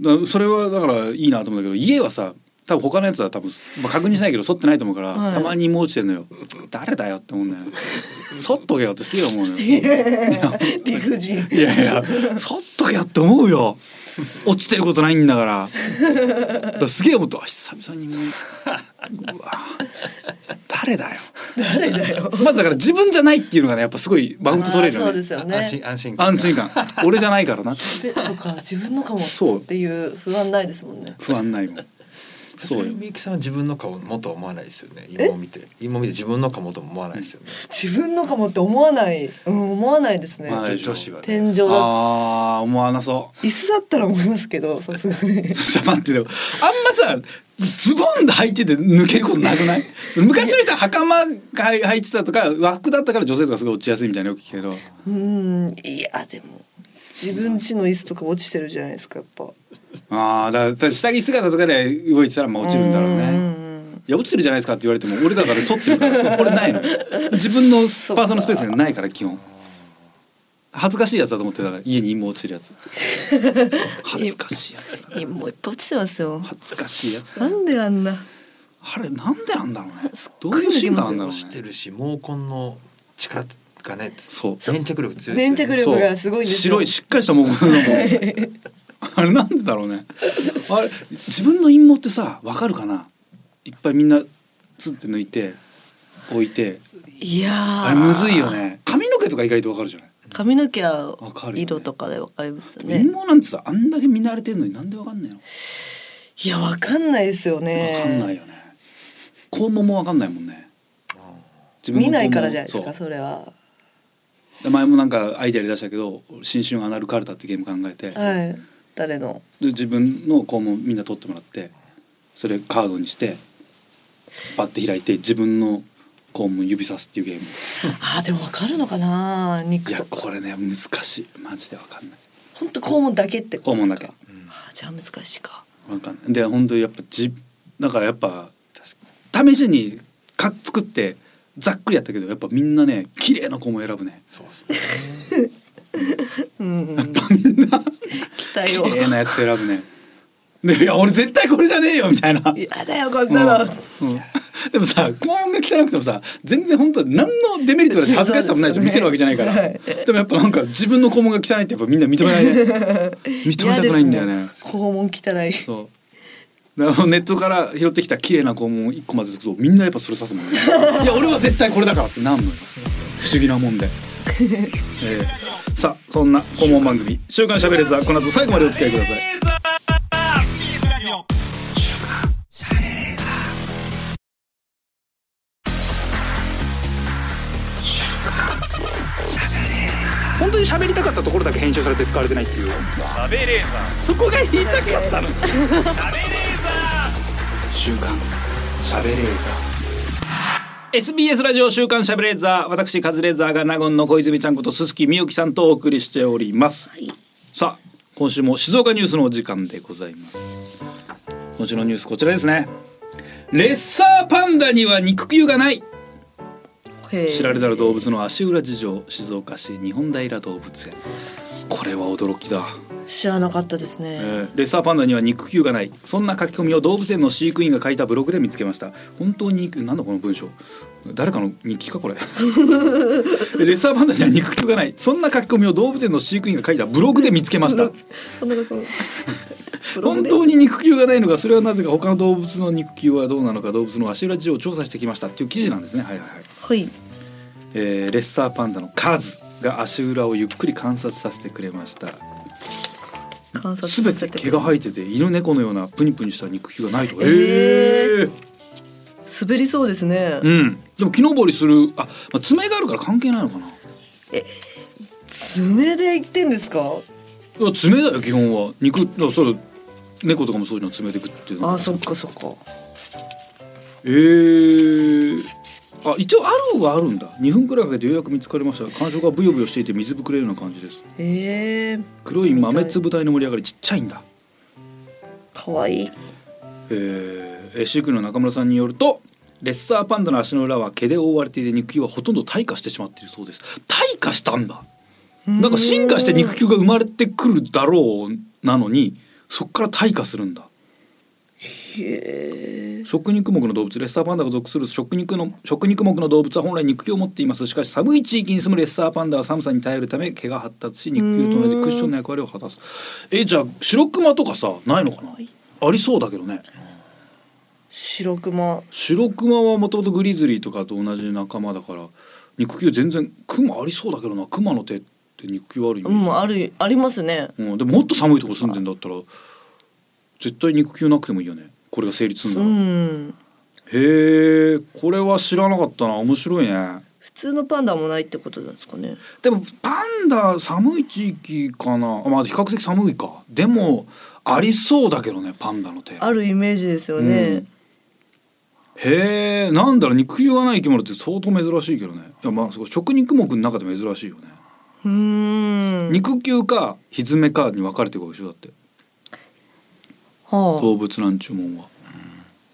S4: ないだそれはだからいいなと思うんだけど家はさ多分他のやつは多分、まあ、確認しないけど剃ってないと思うから、
S2: はい
S4: たまに芋落ちてんのよ誰だよって思う
S2: (laughs)
S4: んだよね剃っとけよってすげえ思うのよ
S2: 理不尽。
S4: いやいや剃っとけよって思うよ落ちてることないんだからだからすげえ思ったあ久々にもううわ誰だよ
S2: 誰だよ。
S4: まずだから自分じゃないっていうのがねやっぱすごいバウント取れる
S2: あーそ
S4: よ
S2: うで
S4: ね
S2: すよね
S3: 安心。安心感
S4: 安心感俺じゃないからなって
S2: でそっか自分のかも
S4: そう
S2: っていう不安ないですもんね。
S4: 不
S2: (laughs)
S4: 安ないもん
S3: そ
S4: そうう
S3: よ
S4: よ
S3: みゆきさんは自分の顔もとは思わないですよね今見て今見て自分の顔とも思わないですよね
S2: 自分のかもって思わない、うん、思わないですね。
S4: まあ
S3: 女子はね
S2: 天井だ
S4: ああ思わなそう
S2: 椅子だったら思いますけどさすが
S4: (laughs)
S2: に。
S4: さ待ってでもあんまさズボンで履いてて抜けることな
S5: (laughs)
S4: くない昔の人は袴はい履いてたとか和服だったから女性とかすごい落ちやすいみたいなのよく聞くけど
S2: うんいやでも自分家の椅子とか落ちてるじゃないですかやっぱ。
S4: ああだから下着姿とかで動いてたらまあ落ちるんだろう
S2: うんう
S4: ね。
S2: ん
S4: いや落ちてるじゃないですかって言われても俺だから剃ってるから俺ないの
S5: (laughs)
S4: 自分のパーソナルスペースがないから基本恥ずかしいやつだと思ってるだから家に芋落ちて
S5: (laughs)
S4: るやつ恥ずかしいやつだ
S5: いやもういっぱい落ちてますよ
S4: 恥ずかしいやつ
S5: な
S4: だ
S5: んであんな
S4: あれなんでなんだろうね
S5: すっ
S4: ど
S5: ご
S4: う
S5: い
S4: いう進化なんだろ
S3: 落
S4: う
S3: ちて
S4: ね
S3: るし毛根の力がね
S4: そう
S3: 粘着力強い
S2: 粘着力がすごいんですよ
S4: 白いしっかりしたものも
S2: (laughs)
S4: あれなんでだろうねあれ自分の陰謀ってさわかるかないっぱいみんなつって抜いて置いて
S2: いやー
S4: あれむずいよね髪の毛とか意外とわかるじゃない
S2: 髪の毛は
S4: わかるよね
S2: 色とかでわかりますよね。
S4: 陰謀なんてさあんだけ見慣れてんのになんでわかんないの
S2: いやわかんないですよね。
S4: わかんないよね肛門もわかんないもんね自分の
S2: 見ない
S4: 肛門
S2: からじゃないですか
S4: そ
S2: それは。
S4: うで前もなんかアイデアで出したけど新春アナルカルタってゲーム考えて、
S2: はい誰の。
S4: で自分の肛門みんな取ってもらってそれカードにしてバッて開いて自分の肛門指さすっていうゲーム
S2: あーでもわかるのかな肉
S4: いや
S2: とか
S4: これね難しいマジでわかんない
S2: 本当肛門だけってこと
S4: 肛
S2: で
S4: 門
S2: す
S4: だ
S2: か
S4: け
S2: あーじゃあ難しいか
S4: わかんないで本当にやっぱじだからやっぱ試しにか作ってざっくりやったけどやっぱみんなね綺麗な肛門選ぶね
S3: そうですね
S2: うん、うん、
S4: みんな
S2: (laughs) 期待
S4: 綺
S2: を
S4: 麗なやつ選ぶねでいや俺絶対これじゃねえよみたいな
S2: やだよこんなの、
S4: うんうん (laughs) でもさ肛門が汚くてもさ全然本当は何のデメリットだし恥ずかしさもないでしょ、
S2: そうですね
S4: 見せるわけじゃないから、
S2: はい
S4: でもやっぱなんか自分の肛門が汚いってやっぱみんな認めないね
S2: (laughs)
S4: 認めたくないんだよ
S2: 嫌
S4: ね
S2: ですもん肛門汚い
S4: そうだからネットから拾ってきた綺麗な肛門1個までつくとみんなやっぱそれさすもん
S2: (laughs)
S4: ねいや俺は絶対これだからってなんのよ不思議なもんで、えーさあそんな肛門番組「週刊しゃべれずは」この後最後までお付き合いください本当に喋りたかったところだけ編集されて使われてないっていうそこが言いたかったの週刊しゃべれーザ SBS ラジオ週刊しゃべれーザー私カズレーザーが納言の小泉ちゃんこと鈴木みゆきさんとお送りしております、さあ今週も静岡ニュースのお時間でございます今週のニュースこちらですねレッサーパンダには肉球がない知られざる動物の足裏事情静岡市日本平動物園これは驚きだ
S2: 知らなかったですね、
S4: えーレッサーパンダには肉球がないそんな書き込みを動物園の飼育員が書いたブログで見つけました本当になんだこの文章誰かの日記かこれ (laughs) レッサーパンダには肉球がないそんな書き込みを動物園の飼育員が書いたブログで見つけました
S2: そんなこと
S4: (laughs) 本当に肉球がないのかそれはなぜか他の動物の肉球はどうなのか動物の足裏事情を調査してきましたっていう記事なんですねはいはいはい
S2: はい
S4: えーレッサーパンダの数が足裏をゆっくり観察させてくれました
S2: 観察
S4: すべて毛が生えてて犬猫のようなプニプニした肉球がないとえ
S2: え
S4: ー
S2: 滑りそうですね、
S4: うんでも木登りするあ、まあ、爪があるから関係ないのかな
S2: 爪でいってんですか
S4: いや爪だよ基本は肉あそうだ猫とかもそういうの爪で食ってるの
S2: あそっかそっか
S4: えーあ一応あるはあるんだ2分くらいかけてようやく見つかりました感触がブヨブヨしていて水ぶくれるような感じです
S2: えー、
S4: 黒い豆粒体の盛り上がりちっちゃいんだ
S2: かわいい
S4: えー、飼育員の中村さんによるとレッサーパンダの足の裏は毛で覆われていて肉球はほとんど退化してしまっているそうです退化したんだだから進化して肉球が生まれてくるだろうなのにそこから退化するんだ
S2: へえ
S4: 食肉目の動物レッサーパンダが属する食肉の食肉目の動物は本来肉球を持っていますしかし寒い地域に住むレッサーパンダは寒さに耐えるため毛が発達し肉球と同じクッションの役割を果たすえじゃあ白クマとかさないのかなありそうだけどね
S2: 白クマ
S4: 白クマはもともとグリズリーとかと同じ仲間だから肉球全然クマありそうだけどなクマの手って肉球あるイメー
S2: う
S4: ジ
S2: んあるありますね
S4: うん、でももっと寒いとこ住んでんだったら絶対肉球なくてもいいよねこれが成立する
S2: う
S4: んだら、
S2: ん
S4: へえこれは知らなかったな面白いね
S2: 普通のパンダもないってことなんですかね
S4: でもパンダ寒い地域かなあまあ比較的寒いかでもありそうだけどねパンダの手
S2: あるイメージですよね、
S4: へえなんだろう肉球がない生き物って相当珍しいけどねいやまあそこ食肉目の中でも珍しいよね、
S2: うーん、
S4: 肉球かひづめかに分かれていくわけでしょだって
S2: はあ、
S4: 動物なんちゅうもんは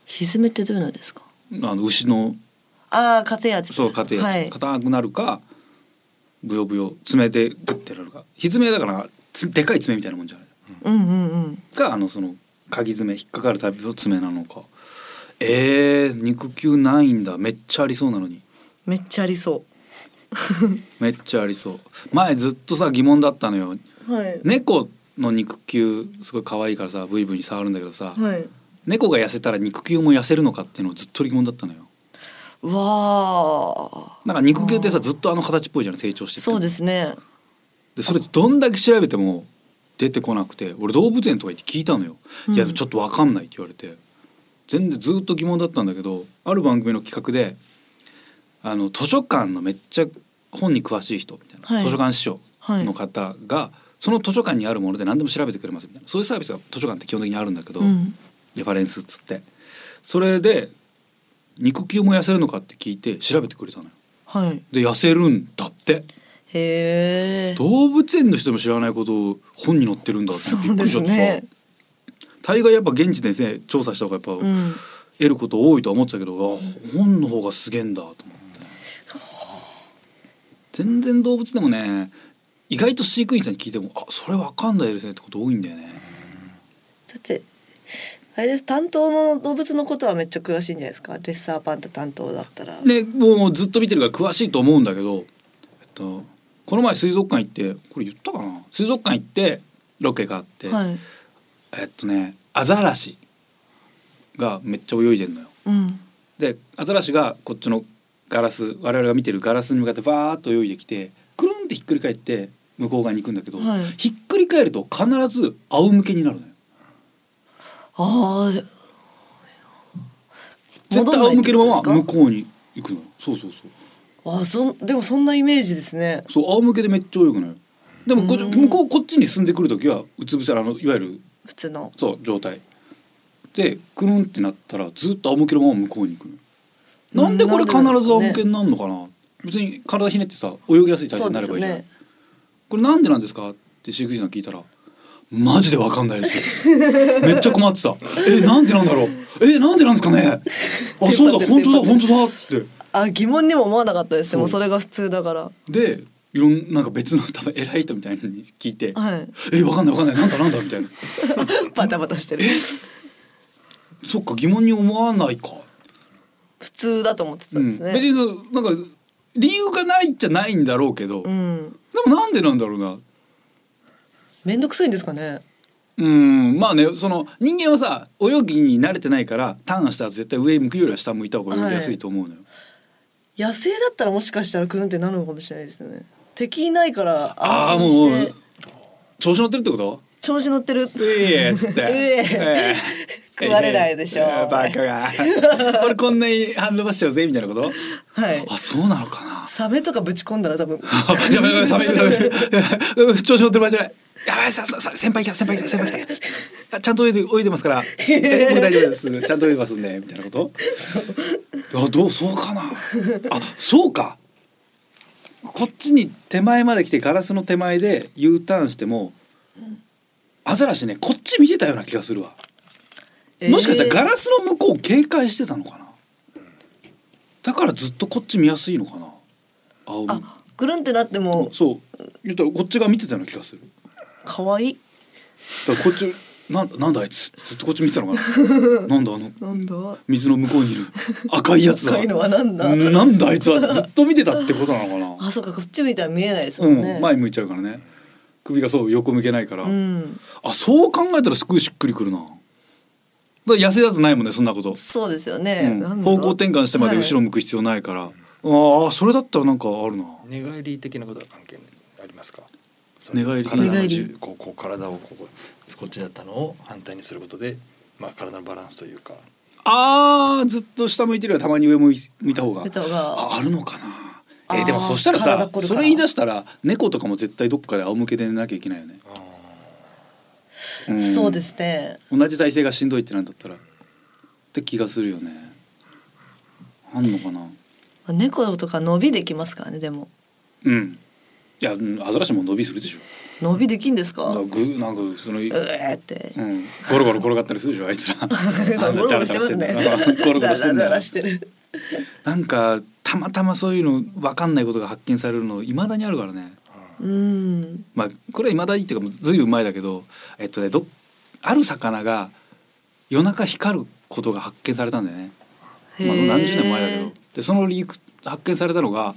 S2: ひずめってどういうのですか
S4: あの牛の
S2: ああ硬いやつ
S4: そう硬いやつ、
S2: はい
S4: 硬くなるかぶよぶよ爪でグッてやるかひづめだからつでかい爪みたいなもんじゃない
S2: うんうんうん
S4: かあのその鍵爪引っかかるタイプの爪なのかえー、肉球ないんだめっちゃありそうなのに
S2: めっちゃありそ
S4: めっちゃありそう前ずっとさ疑問だったのよ
S2: うはい、
S4: 猫の肉球すごい可愛いからさブイブイに触るんだけどさ、
S2: はい
S4: 猫が痩せたら肉球も痩せるのかっていうのをずっと疑問だったのよ
S2: わあ
S4: なんか肉球ってさずっとあの形っぽいじゃない成長してって
S2: そうですね
S4: でそれどんだけ調べても出てこなくて俺動物園とか行って聞いたのよ「いや
S2: うん
S4: ちょっとわかんない」って言われて全然ずっと疑問だったんだけどある番組の企画であの図書館のめっちゃ本に詳しい人みたいな、
S2: はい
S4: 図書館師匠
S2: はい
S4: の方が、その図書館にあるもので何でも調べてくれますみたいなそういうサービスが図書館って基本的にあるんだけど、
S2: うん
S4: レファレンスっつってそれで肉球も痩せるのかって聞いて調べてくれたのよ。
S2: はい
S4: で痩せるんだって。
S2: へえ
S4: 動物園の人も知らないことを本に載ってるんだってび
S2: そ
S4: っ
S2: う
S4: く
S2: で
S4: りしち
S2: す
S4: ゃってさ、
S2: ね
S4: 大概やっぱ現地でね調査した方がやっ
S2: う
S4: ぱ
S2: ん
S4: 得ること多いとは思ってたけど、あ本の方がすげえんだと思って全然動物でもね意外と飼育員さんに聞いても「あそれわかんないですね」ってこと多いんだよね。
S2: だってあれです担当の動物のことはめっちゃ詳しいんじゃないですかレッサーパンダ担当だったら、
S4: でもうずっと見てるから詳しいと思うんだけど、えっと、この前水族館行ってこれ言ったかな水族館行ってロケがあって、
S2: はい
S4: えっとねアザラシがめっちゃ泳いでんのよ。
S2: うん
S4: でアザラシがこっちのガラス我々が見てるガラスに向かってバーッと泳いできてくるんってひっくり返って向こう側に行くんだけど、
S2: はい
S4: ひっくり返ると必ず仰向けになるのよ。
S2: ああ
S4: 絶対仰向けのまま
S2: 戻
S4: 向
S2: んないってことですか
S4: こうに行くのよ。そうそうそう。
S2: あそんでもそんなイメージですね
S4: そう仰向けでめっちゃ泳ぐのよ。でもこっち
S2: うん
S4: 向こうこっちに進んでくる時はうつ伏せあのいわゆる
S2: 普通の
S4: そう状態でくるんってなったらずっと仰向けのまま向こうに行くのよ。なんでこれ必ず仰向けになるのかな。別に体ひねってさ泳ぎやすい体勢
S2: そう
S4: にな
S2: で
S4: れ
S2: すよ
S4: ばいいじゃない
S2: ね。
S4: これなんでなんですかって飼育員さん聞いたらマジでわかんないですよ (laughs) めっちゃ困ってたえなんでなんだろうえなんでなんですかね
S2: (laughs)
S4: あそうだ本当だ本当だっつって
S2: あ疑問にも思わなかったですでも
S4: そ
S2: そうれが普通だから
S4: でいろんなんか別の多分偉い人みたいなのに聞いて (laughs)
S2: はい
S4: えわかんないわかんないなんだなんだみたいな
S2: バタバタしてる
S4: そっか疑問に思わないか
S2: 普通だと思ってたんです
S4: うん、別
S2: ね
S4: にそうなんか理由がないっちゃないんだろうけど、
S2: う
S4: で
S2: ん
S4: もなんでなんだろうな
S2: めんどくさいんですかね
S4: うんまあねその人間はさ泳ぎに慣れてないからターンしたら絶対上向くよりは下向いた方が泳ぎやすいと思うのよ、
S2: 野生だったらもしかしたらクルンってなるのかもしれないですよね敵いないから
S4: ああ
S2: 安
S4: も
S2: 心
S4: う
S2: して
S4: 調子乗ってるってこと
S2: 調子乗ってる
S4: うえーっつって
S2: うえー
S4: えー
S2: 食われないでしょ
S4: えーバカ
S2: (laughs)
S4: が俺こんなに反応ばしちゃうぜみたいなこと
S2: はい
S4: あそうなのかな
S2: サメとかぶち込んだら多分
S4: やばいやばい冷める冷めるうん調子乗ってる場合じゃないやばいさささ先輩来た先輩来た先輩来たあちゃんと泳いで泳いでますからえ僕大丈夫ですちゃんと泳いでますんでみたいなことあどうそうかなあそうかこっちに手前まで来てガラスの手前で U ターンしてもアザラシねこっち見てたような気がするわ、もしかしたらガ
S2: ラ
S4: ラスの向こうを警戒してたのかなだからずっとこっち見やすいのかな青
S2: あぐるんってなっても
S4: そう言ったらこっち側見てたような気がする
S2: 可愛い
S4: だからこっちなんなんだあいつずっとこっち見てたのか
S2: (laughs)
S4: ななんだあの
S2: なんだ
S4: 水の向こうにいる赤いやつは
S2: 赤いのはなんだ
S4: なんだあいつはずっと見てたってことなのかな
S2: (laughs) あそうかこっち見たら見えないです
S4: う
S2: もんね、
S4: ん前向いちゃうからね首がそう横向けないから、
S2: うん
S4: あそう考えたらすごいしっくりくるなだから痩せやつないもんねそんなこと、
S2: そうですよ
S4: う
S2: ね、
S4: ん
S2: なんだ
S4: 方向転換してまで後ろ向く必要ないから、ああそれだったらなんかあるな
S3: 寝返り的なことは関係ありますか
S4: 寝返り
S3: 体
S2: 寝
S3: の
S2: 返
S3: じゅ
S2: り
S3: こうこう体をこうこっちだったのを反対にすることで、まあ、体のバランスというか
S4: あーずっと下向いてるよりはたまに上向い向いた方が
S2: ベタが
S4: ああるのかなえ
S2: あ
S4: ー
S2: ー
S4: でもそしたらさ
S2: 体凝るか
S4: そ
S2: ら
S4: れ言い出したら猫とかも絶対どっかで仰向けで寝なきゃいけないよね、
S3: あ
S4: ん
S2: そうですね
S4: 同じ体勢がしんどいってなんだったらって気がするよねあんのかな
S2: 猫とか伸びできますからねでも
S4: うんいやうんアザラシも伸びするでしょ
S2: 伸びできんですか
S4: なんかぐなんかその
S2: うえーって
S4: うん、ゴロゴロ転がったりするでしょあいつら
S2: (laughs)
S4: あんな
S2: ゴロゴ
S4: ダラ
S2: ロ
S4: ダ
S2: して
S4: ラ
S2: ますね
S4: してんだ (laughs) ゴロゴロして
S2: ダ
S4: んだよ
S2: ラダラしてる
S4: なんかたまたまそういうの分かんないことが発見されるのいまだにあるからね
S3: ー
S2: うん
S4: まあこれはいまだにっていうかもうずいぶん前だけどえっとねどある魚が夜中光ることが発見されたんだよね、まあ、
S2: へー
S4: 何十年も前だけどでその理由発見されたのが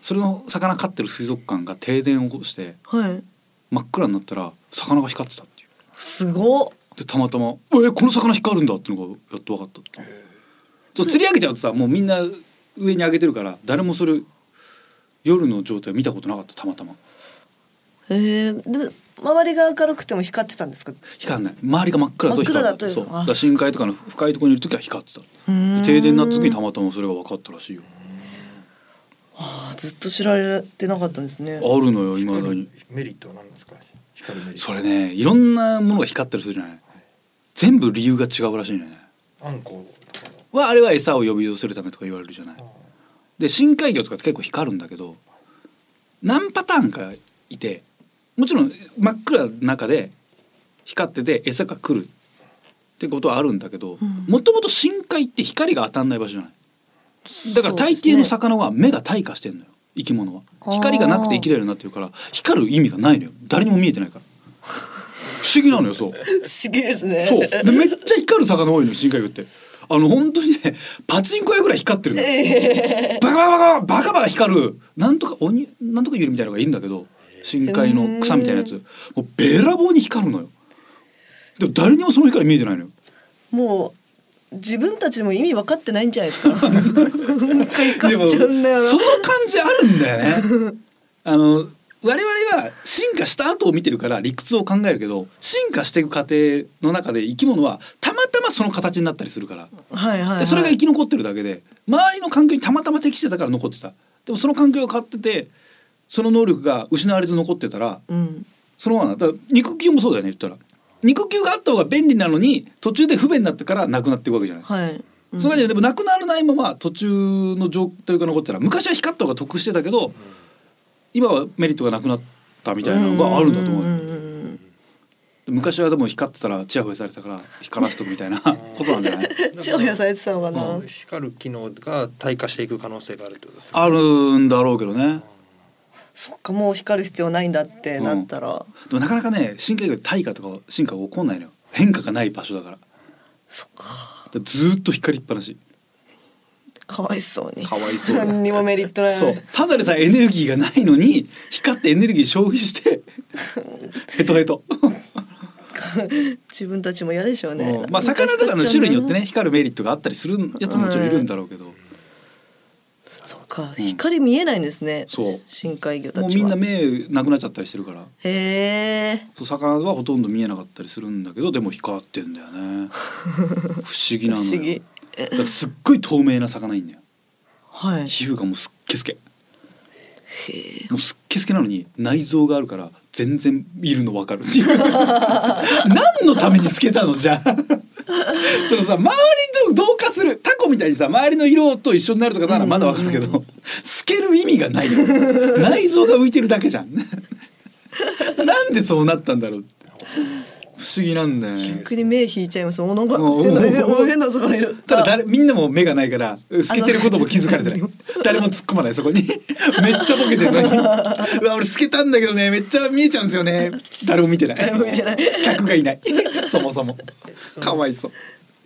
S4: それの魚飼ってる水族館が停電を起こして
S2: はい
S4: 真っ暗になったら魚が光ってたっていう
S2: すごっ
S4: でたまたま「えこの魚光るんだ」っていうのがやっと分かったっていうそう釣り上げちゃうとさもうみんな上に上げてるから誰もそれ夜の状態を見たことなかったたまたま
S2: へえでも周りが明るくても光ってたんですか
S4: 光んない周りが真っ暗だと光るんだって
S2: 真っ暗だと
S4: そう
S2: あ
S4: だから深海とかの深いところにいる時は光ってた停
S2: 停
S4: 電になった時にたまたまそれが分かったらしいよ
S2: あーずっと知られてなかったんですね
S4: あるのよいま
S3: 光
S4: だ
S3: る
S4: に
S3: メリットは何ですか光るメリット
S4: それねいろんなものが光ったりするじゃない全部理由が違うらしいんだよね
S3: あんこだか
S4: はあれは餌を呼び寄せるためとか言われるじゃない
S3: ら
S4: で深海魚とかって結構光るんだけど何パターンかいてもちろん真っ暗の中で光ってて餌が来るってことはあるんだけど
S2: うん
S4: もともと深海って光が当たんない場所じゃないだから大
S2: そう
S4: 抵の
S2: ですね
S4: 魚は目が退化してんのよ生き物は
S2: あー
S4: 光がなくて生きれるようになってるから光る意味がないのよ誰にも見えてないから不思議なのよそう
S2: 不思議ですね
S4: そうでめっちゃ光る魚多いの深海魚ってあの本当にねパチンコ屋ぐらい光ってるのバカバカバカバカバカ光るなんとか鬼なんとかゆりみたいなのがいるんだけど深海の草みたいなやつもうべらぼうに光るのよでも誰にもその光見えてないのよ
S2: もう自分たちでも意味分かってないんじゃないですかなんか
S4: で
S2: 光
S4: も
S2: っ
S4: そ
S2: ちゃうんだよな
S4: の感じあるんだよ
S2: (laughs)
S4: ねあの我々は進化した後を見てるから理屈を考えるけど進化していく過程の中で生き物はたまたまその形になったりするから
S2: はいはい、は
S4: で
S2: い、
S4: それが生き残ってるだけで周りの環境にたまたま適してたから残ってたでもその環境が変わっててその能力が失われず残ってたら
S2: うん
S4: そのままなだから肉球もそうだよね言ったら肉球があった方が便利なのに途中で不便になったからなくなっていくわけじゃない、
S2: はい、うん
S4: そのででもなくならないまま途中の状態が残ってたら昔は光った方が得してたけど今はメリットがなくなったみたいなのがあるんだと思うよ
S2: んうんうん
S4: 昔はでも光ってたらチヤホヤされてたから光らせとくみたいなことなんじゃない
S2: 超野菜ってたのかな、
S3: うん光る機能が退化していく可能性があるってことですか
S4: あるんだろうけどね
S2: そっかもう光る必要ないんだってなったら、
S4: でもなかなかね深海魚って退化とか進化が起こんないのよ変化がない場所だからだか
S2: そっから
S4: ずーっと光りっぱなし
S2: かわいそうに
S4: かわいそうだ
S2: 何にもメリットない
S4: そうただでさえエネルギーがないのに光ってエネルギー消費してヘトヘト、
S2: 自分たちも嫌でしょうね
S4: うんまあ魚とかの種類によってね光るメリットがあったりするやつももちろんいるんだろうけど、
S2: そっか光見えないんですね、
S4: そう
S2: 深海魚たちは
S4: もうみんな目なくなっちゃったりしてるから
S2: へえ
S4: そう魚はほとんど見えなかったりするんだけどでも光ってんだよね不思議
S2: 不
S4: なの
S2: 思
S4: よ
S2: 議
S4: だからすっごい透明な魚いんだよ
S2: はい
S4: 皮膚がもうすっけすけ
S2: へえ
S4: もうすっけすけなのに内臓があるから全然いるの分かるっていう (laughs) 何のためにつけたのじゃあ (laughs) そのさ周りと同化するタコみたいにさ周りの色と一緒になるとかならまだ分かるけど、
S2: うんうん
S4: 透ける意味がないよ内臓が浮いてるだけじゃん (laughs) なんでそうなったんだろう不思議なんだよね
S2: (laughs) 逆に目引いちゃいますおなんか
S4: うん
S2: 変な変な変な魚いる
S4: ただ誰みんなも目がないから透けてることも気づかれてない (laughs) 誰も突っ込まないそ
S2: (laughs)
S4: こにめっちゃボケてるのにうわ俺透けたんだけどねめっちゃ見えちゃうんですよね誰も見てない
S2: 誰も見てない
S4: 客が
S2: (laughs)
S4: いないそもそも
S3: その
S4: かわいそう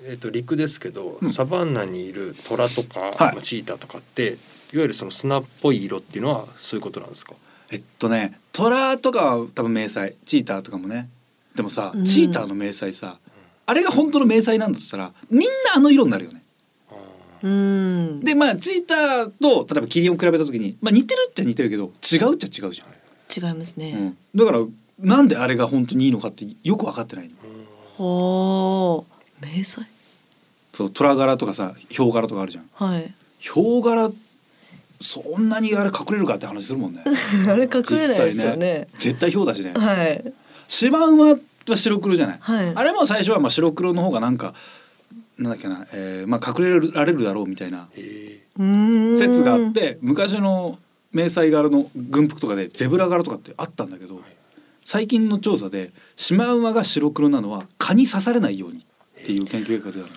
S3: えー、と陸ですけど、
S4: うん
S3: サバンナにいるトラとか、
S4: はい
S3: まあチーターとかっていわゆるその砂っぽい色っていうのはそういうことなんで
S4: (laughs)
S3: すか
S4: えっとねトラとかは多分迷彩チーターとかもねでもさ、
S2: うん
S4: チーターの迷彩さあれが本当の迷彩なんだとしたらみんなあの色になるよね
S3: あ
S2: うーん。
S4: でまあチーターと例えばキリンを比べた時に、まあ、似てるっちゃ似てるけど違うっちゃ違うじゃん
S2: 違いますね。
S4: だからなんであれが本当にいいのかってよく分かってないの
S3: ーうん
S2: ほー迷彩。
S4: そう虎柄とかさヒョウ柄とかあるじゃん
S2: はい。 (laughs)
S4: ヒョウ柄そんなにあれ隠れるかって話する
S3: (laughs)
S4: もんね
S2: あれ隠れないですよね。
S4: 絶対ヒョウだしね
S2: はい。
S4: シマウマは白黒じゃない、
S2: はい
S4: あれも最初はまあ白黒の方がなんかなんだっけな、えーまあ、隠れられるだろうみたいな
S3: え
S2: うーん。
S4: 説があっ。て昔の迷彩柄の軍服とかでゼブラ柄とかってあったんだけど最近の調査でシマウマが白黒なのは蚊に刺されないようにっていう研究結果が出たの。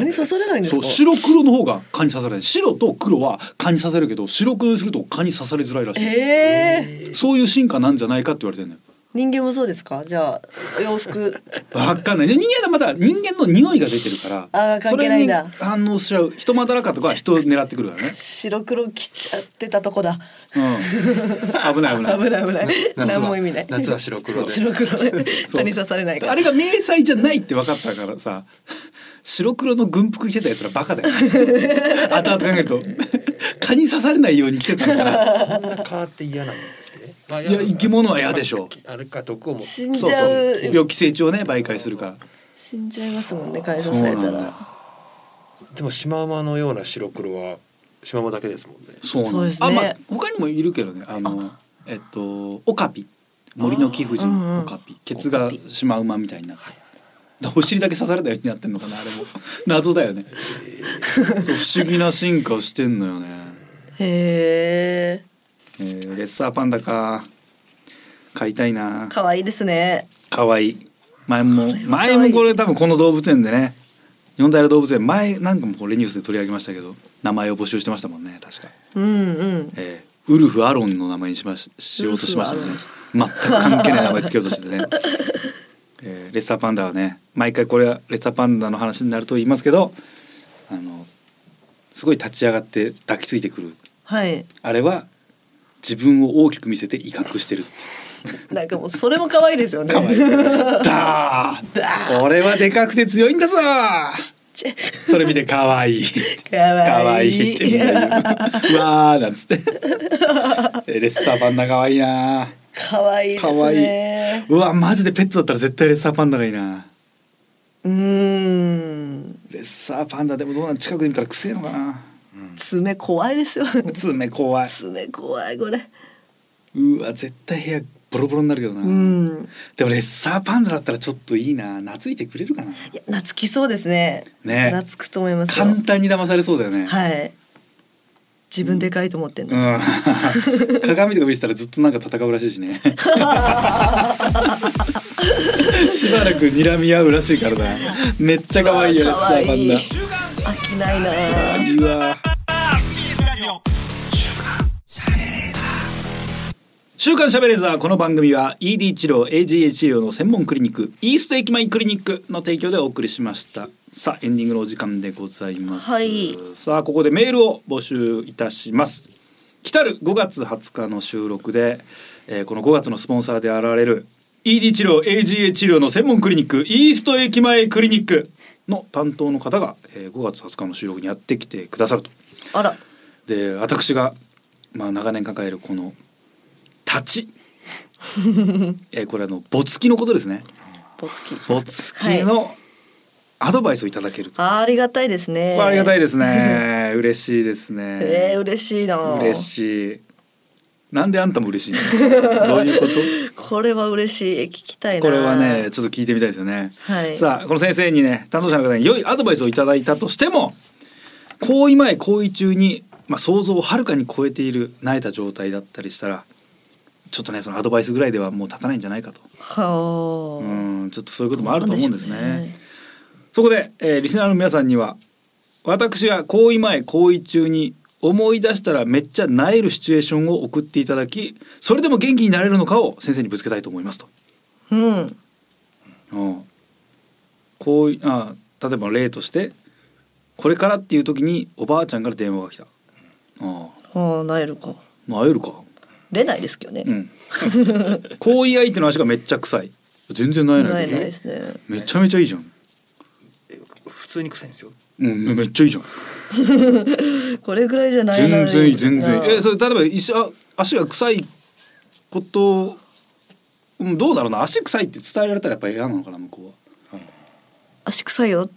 S2: 蚊に刺されないんで
S4: そ
S2: す
S4: う
S2: か。
S4: 白黒の方が蚊に刺されない白と黒は蚊に刺されるけど白黒にすると蚊に刺されづらいらしい、
S2: ええー。
S4: そういう進化なんじゃないかって言われてるんだよ
S2: 人間もそうですか。じゃあ洋服。
S4: わかんないで人間はまた人間の匂いが出てるから
S2: あー関係ないんだ
S4: それに反応しちゃう人まだらかとかは人を狙ってくるからね、
S2: 白黒着ちゃってたとこだ。 (laughs)
S4: うん、危ない危ない
S2: 危ない危ない。
S3: ー夏は
S2: 何も意味ない。
S3: 夏は白黒で
S2: 白黒で
S4: そう
S2: 蚊に刺されないから。
S4: あれが迷彩じゃないって分かったからさ白黒の軍服着てたやつらバ
S2: (laughs)
S4: カだよ後々考えると蚊に刺されないように着てたから
S3: そんな変わって嫌なんですね、まあ
S4: いや生き物は嫌でしょ
S3: あれか毒を持って
S2: 死ん
S4: そう
S2: じ
S4: そ
S2: ゃ
S4: う
S2: う。
S4: 病気成長をね媒介するから
S2: 死んじゃいますもんね。蚊に
S4: そ
S2: 刺さ
S4: う
S2: れ
S4: な
S2: た
S4: んだ
S2: ら。
S3: でもシマウマのような白黒はシマウマだけですもんね
S4: そうなん
S2: そう
S4: だ
S2: ですね
S4: あ、まあ、他にもいるけどね、あの、えっと、オカピ。森の貴婦
S2: あ
S4: 人、
S2: ーうんうん
S4: オカピ、ケツがシマウマみたいになってる。お尻だけ刺されたようになってんのかな、あれも。 (laughs) 謎だよね。そう不思議な進化をしてんのよね。
S2: へえ。
S4: えーレッサーパンダか。飼いたいな。
S2: 可愛いですね。
S4: 可愛いい。前も、前もこれ多分この動物園でね。日本平動物園前なんかもこれニュースで取り上げましたけど名前を募集してましたもんね確か
S2: うんうん。
S4: えーウルフ・アロンの名前にしまししようとしましたね
S2: ウル
S4: 全く関係ない名前つけようとしてて
S2: (laughs)
S4: ね、えーレッサーパンダはね毎回これはレッサーパンダの話になると言いますけどあのすごい立ち上がって抱きついてくる
S2: はい。
S4: あれは自分を大きく見せて威嚇してる
S2: なんかもうそれも可愛いですよね。
S4: かわいいだー俺はでかくて強いんだぞ
S2: ちっ
S4: それ見てかわいい
S2: (laughs) 可愛い。
S4: 可愛いってみ
S2: (laughs)
S4: んな言うわーなんつってえレッサーパンダ可愛いな
S2: 可愛いです
S4: 可愛
S2: ね。
S4: うわマジでペットだったら絶対レッサーパンダがいいな
S2: うーん。
S4: レッサーパンダでもどうなん近くで見たらくせえのかな
S2: 爪怖いですよ。
S4: 爪怖い
S2: 爪怖いこれ。
S4: うわ絶対部屋ボロボロになるけどな、
S2: うん。
S4: でもレッサーパンダだったらちょっといいな懐いてくれるかない
S2: や懐きそうですね。
S4: ね
S2: 懐くと思いますよ。
S4: 簡単に騙されそうだよね、
S2: はい。自分でかいと思ってん
S4: う
S2: の。
S4: ん、 (laughs) 鏡とか見せたらずっとなんか戦うらしい
S2: (laughs)
S4: しねしばらく睨み合うらしいからなめっちゃ可愛いよレッサーパンダ
S2: 飽きないなあ。
S4: うわ週刊しゃべれーザーこの番組は ED 治療 AGA 治療の専門クリニックイースト駅前クリニックの提供でお送りしましたさあエンディングのお時間でございます、
S2: はい
S4: さあここでメールを募集いたします来たる5月20日の収録で、えーこの5月のスポンサーであられる ED 治療 AGA 治療の専門クリニックイースト駅前クリニックの担当の方が、えー5月20日の収録にやってきてくださると
S2: あら。
S4: で私が、まあ、長年抱えるこの「立ち」えーこれあのぼつきのことですね
S2: ぼつき。
S4: ぼつきのアドバイスをいただけると、
S2: あーありがたいですね。。
S4: これありがたいですすね嬉しいですね、
S2: えー、嬉しいな。
S4: 嬉しいなんであんたも嬉しいの (laughs) どういうこと
S2: これは嬉しい。聞きたいな。
S4: これはね。ちょっと聞いてみたいですよね、
S2: はい
S4: さあこの先生にね担当者の方に良いアドバイスをいただいたとしても行為前行為中に、まあ、想像をはるかに超えている慣れた状態だったりしたらちょっとねそのアドバイスぐらいではもう立たないんじゃないかと
S2: はあ。
S4: うんちょっとそういうこともあると思うんですね
S2: どなでしょう。
S4: そこで、えーリスナーの皆さんには私は行為前行為中に思い出したらめっちゃ萎えるシチュエーションを送っていただきそれでも元気になれるのかを先生にぶつけたいと思いますと。
S2: うん
S4: うん、こういあ例えば例としてこれからっていう時におばあちゃんから電話が来た。あ
S2: ああなえるか
S4: まあ会えるか。
S2: 出ないですけどね、
S4: うん。行為相手の足がめっちゃ臭い。全然萎え
S2: な
S4: ないい
S2: な
S4: よ
S2: い
S4: ね。
S2: ですね
S4: めちゃめちゃいいじゃん。
S3: え普通に臭いんですよ
S4: うんめめっちゃいいじゃん。
S2: これぐらいじゃない
S4: 全
S2: な
S4: 然いい全然いい。え
S2: えそ
S4: それ例えば一緒あ足が臭いことうんどうだろうな足臭いって伝えられたらやっぱ嫌なのかな向こうは。
S2: 足臭いよ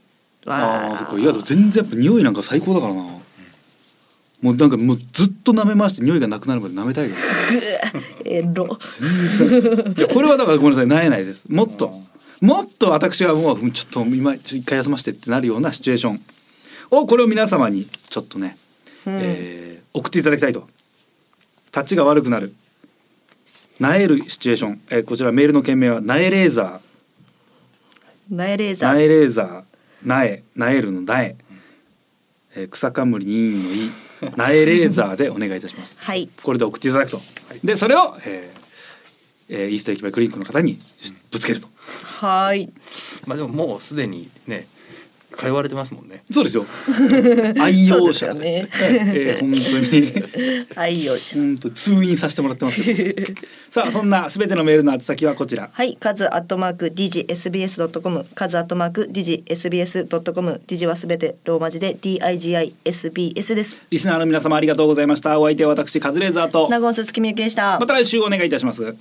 S4: あ
S2: わ
S4: あそっかいやでも全然やっぱ匂いなんか最高だからな。もうなんかもうずっと舐め回して匂いがなくなるまで舐めたいけど
S2: (laughs) えろ
S4: 全然いやこれはだからごめんなさいなえないですもっともっと私はもうちょっと今ちょっと一回休ませてってなるようなシチュエーションをこれを皆様にちょっとね、
S2: うん
S4: えー送っていただきたいと立ちが悪くなるなえるシチュエーション、えーこちらメールの件名はなえレーザ
S2: なえレー
S4: ー
S2: ザ
S4: な
S2: ー
S4: えレーザーなえなえるのなえ、えー草冠にいいの
S2: (laughs)
S4: いいなえレーザーでお願いいたします
S2: はい
S4: これで送っていただくと、でそれを、えーえーイースター駅前クリニックの方にぶつけると、
S2: はーい
S3: まあでももうすでにね通われてますもんね
S4: そう
S2: (laughs)
S4: ですよ愛用者
S2: そうです
S4: えー本当に
S2: はいよいしょ
S4: 本当通院させてもらってますけど (laughs) さあそんなすべてのメールの宛先はこちら
S2: はい、カズアットマーク digsbs.com、カズアットマーク digsbs.com、ディジはすべてローマ字で digisbs です。
S4: リスナーの皆様ありがとうございましたお相手は私カズレーザーと
S2: ナゴンス月見ゆきでした
S4: ま。た来週お願いいたします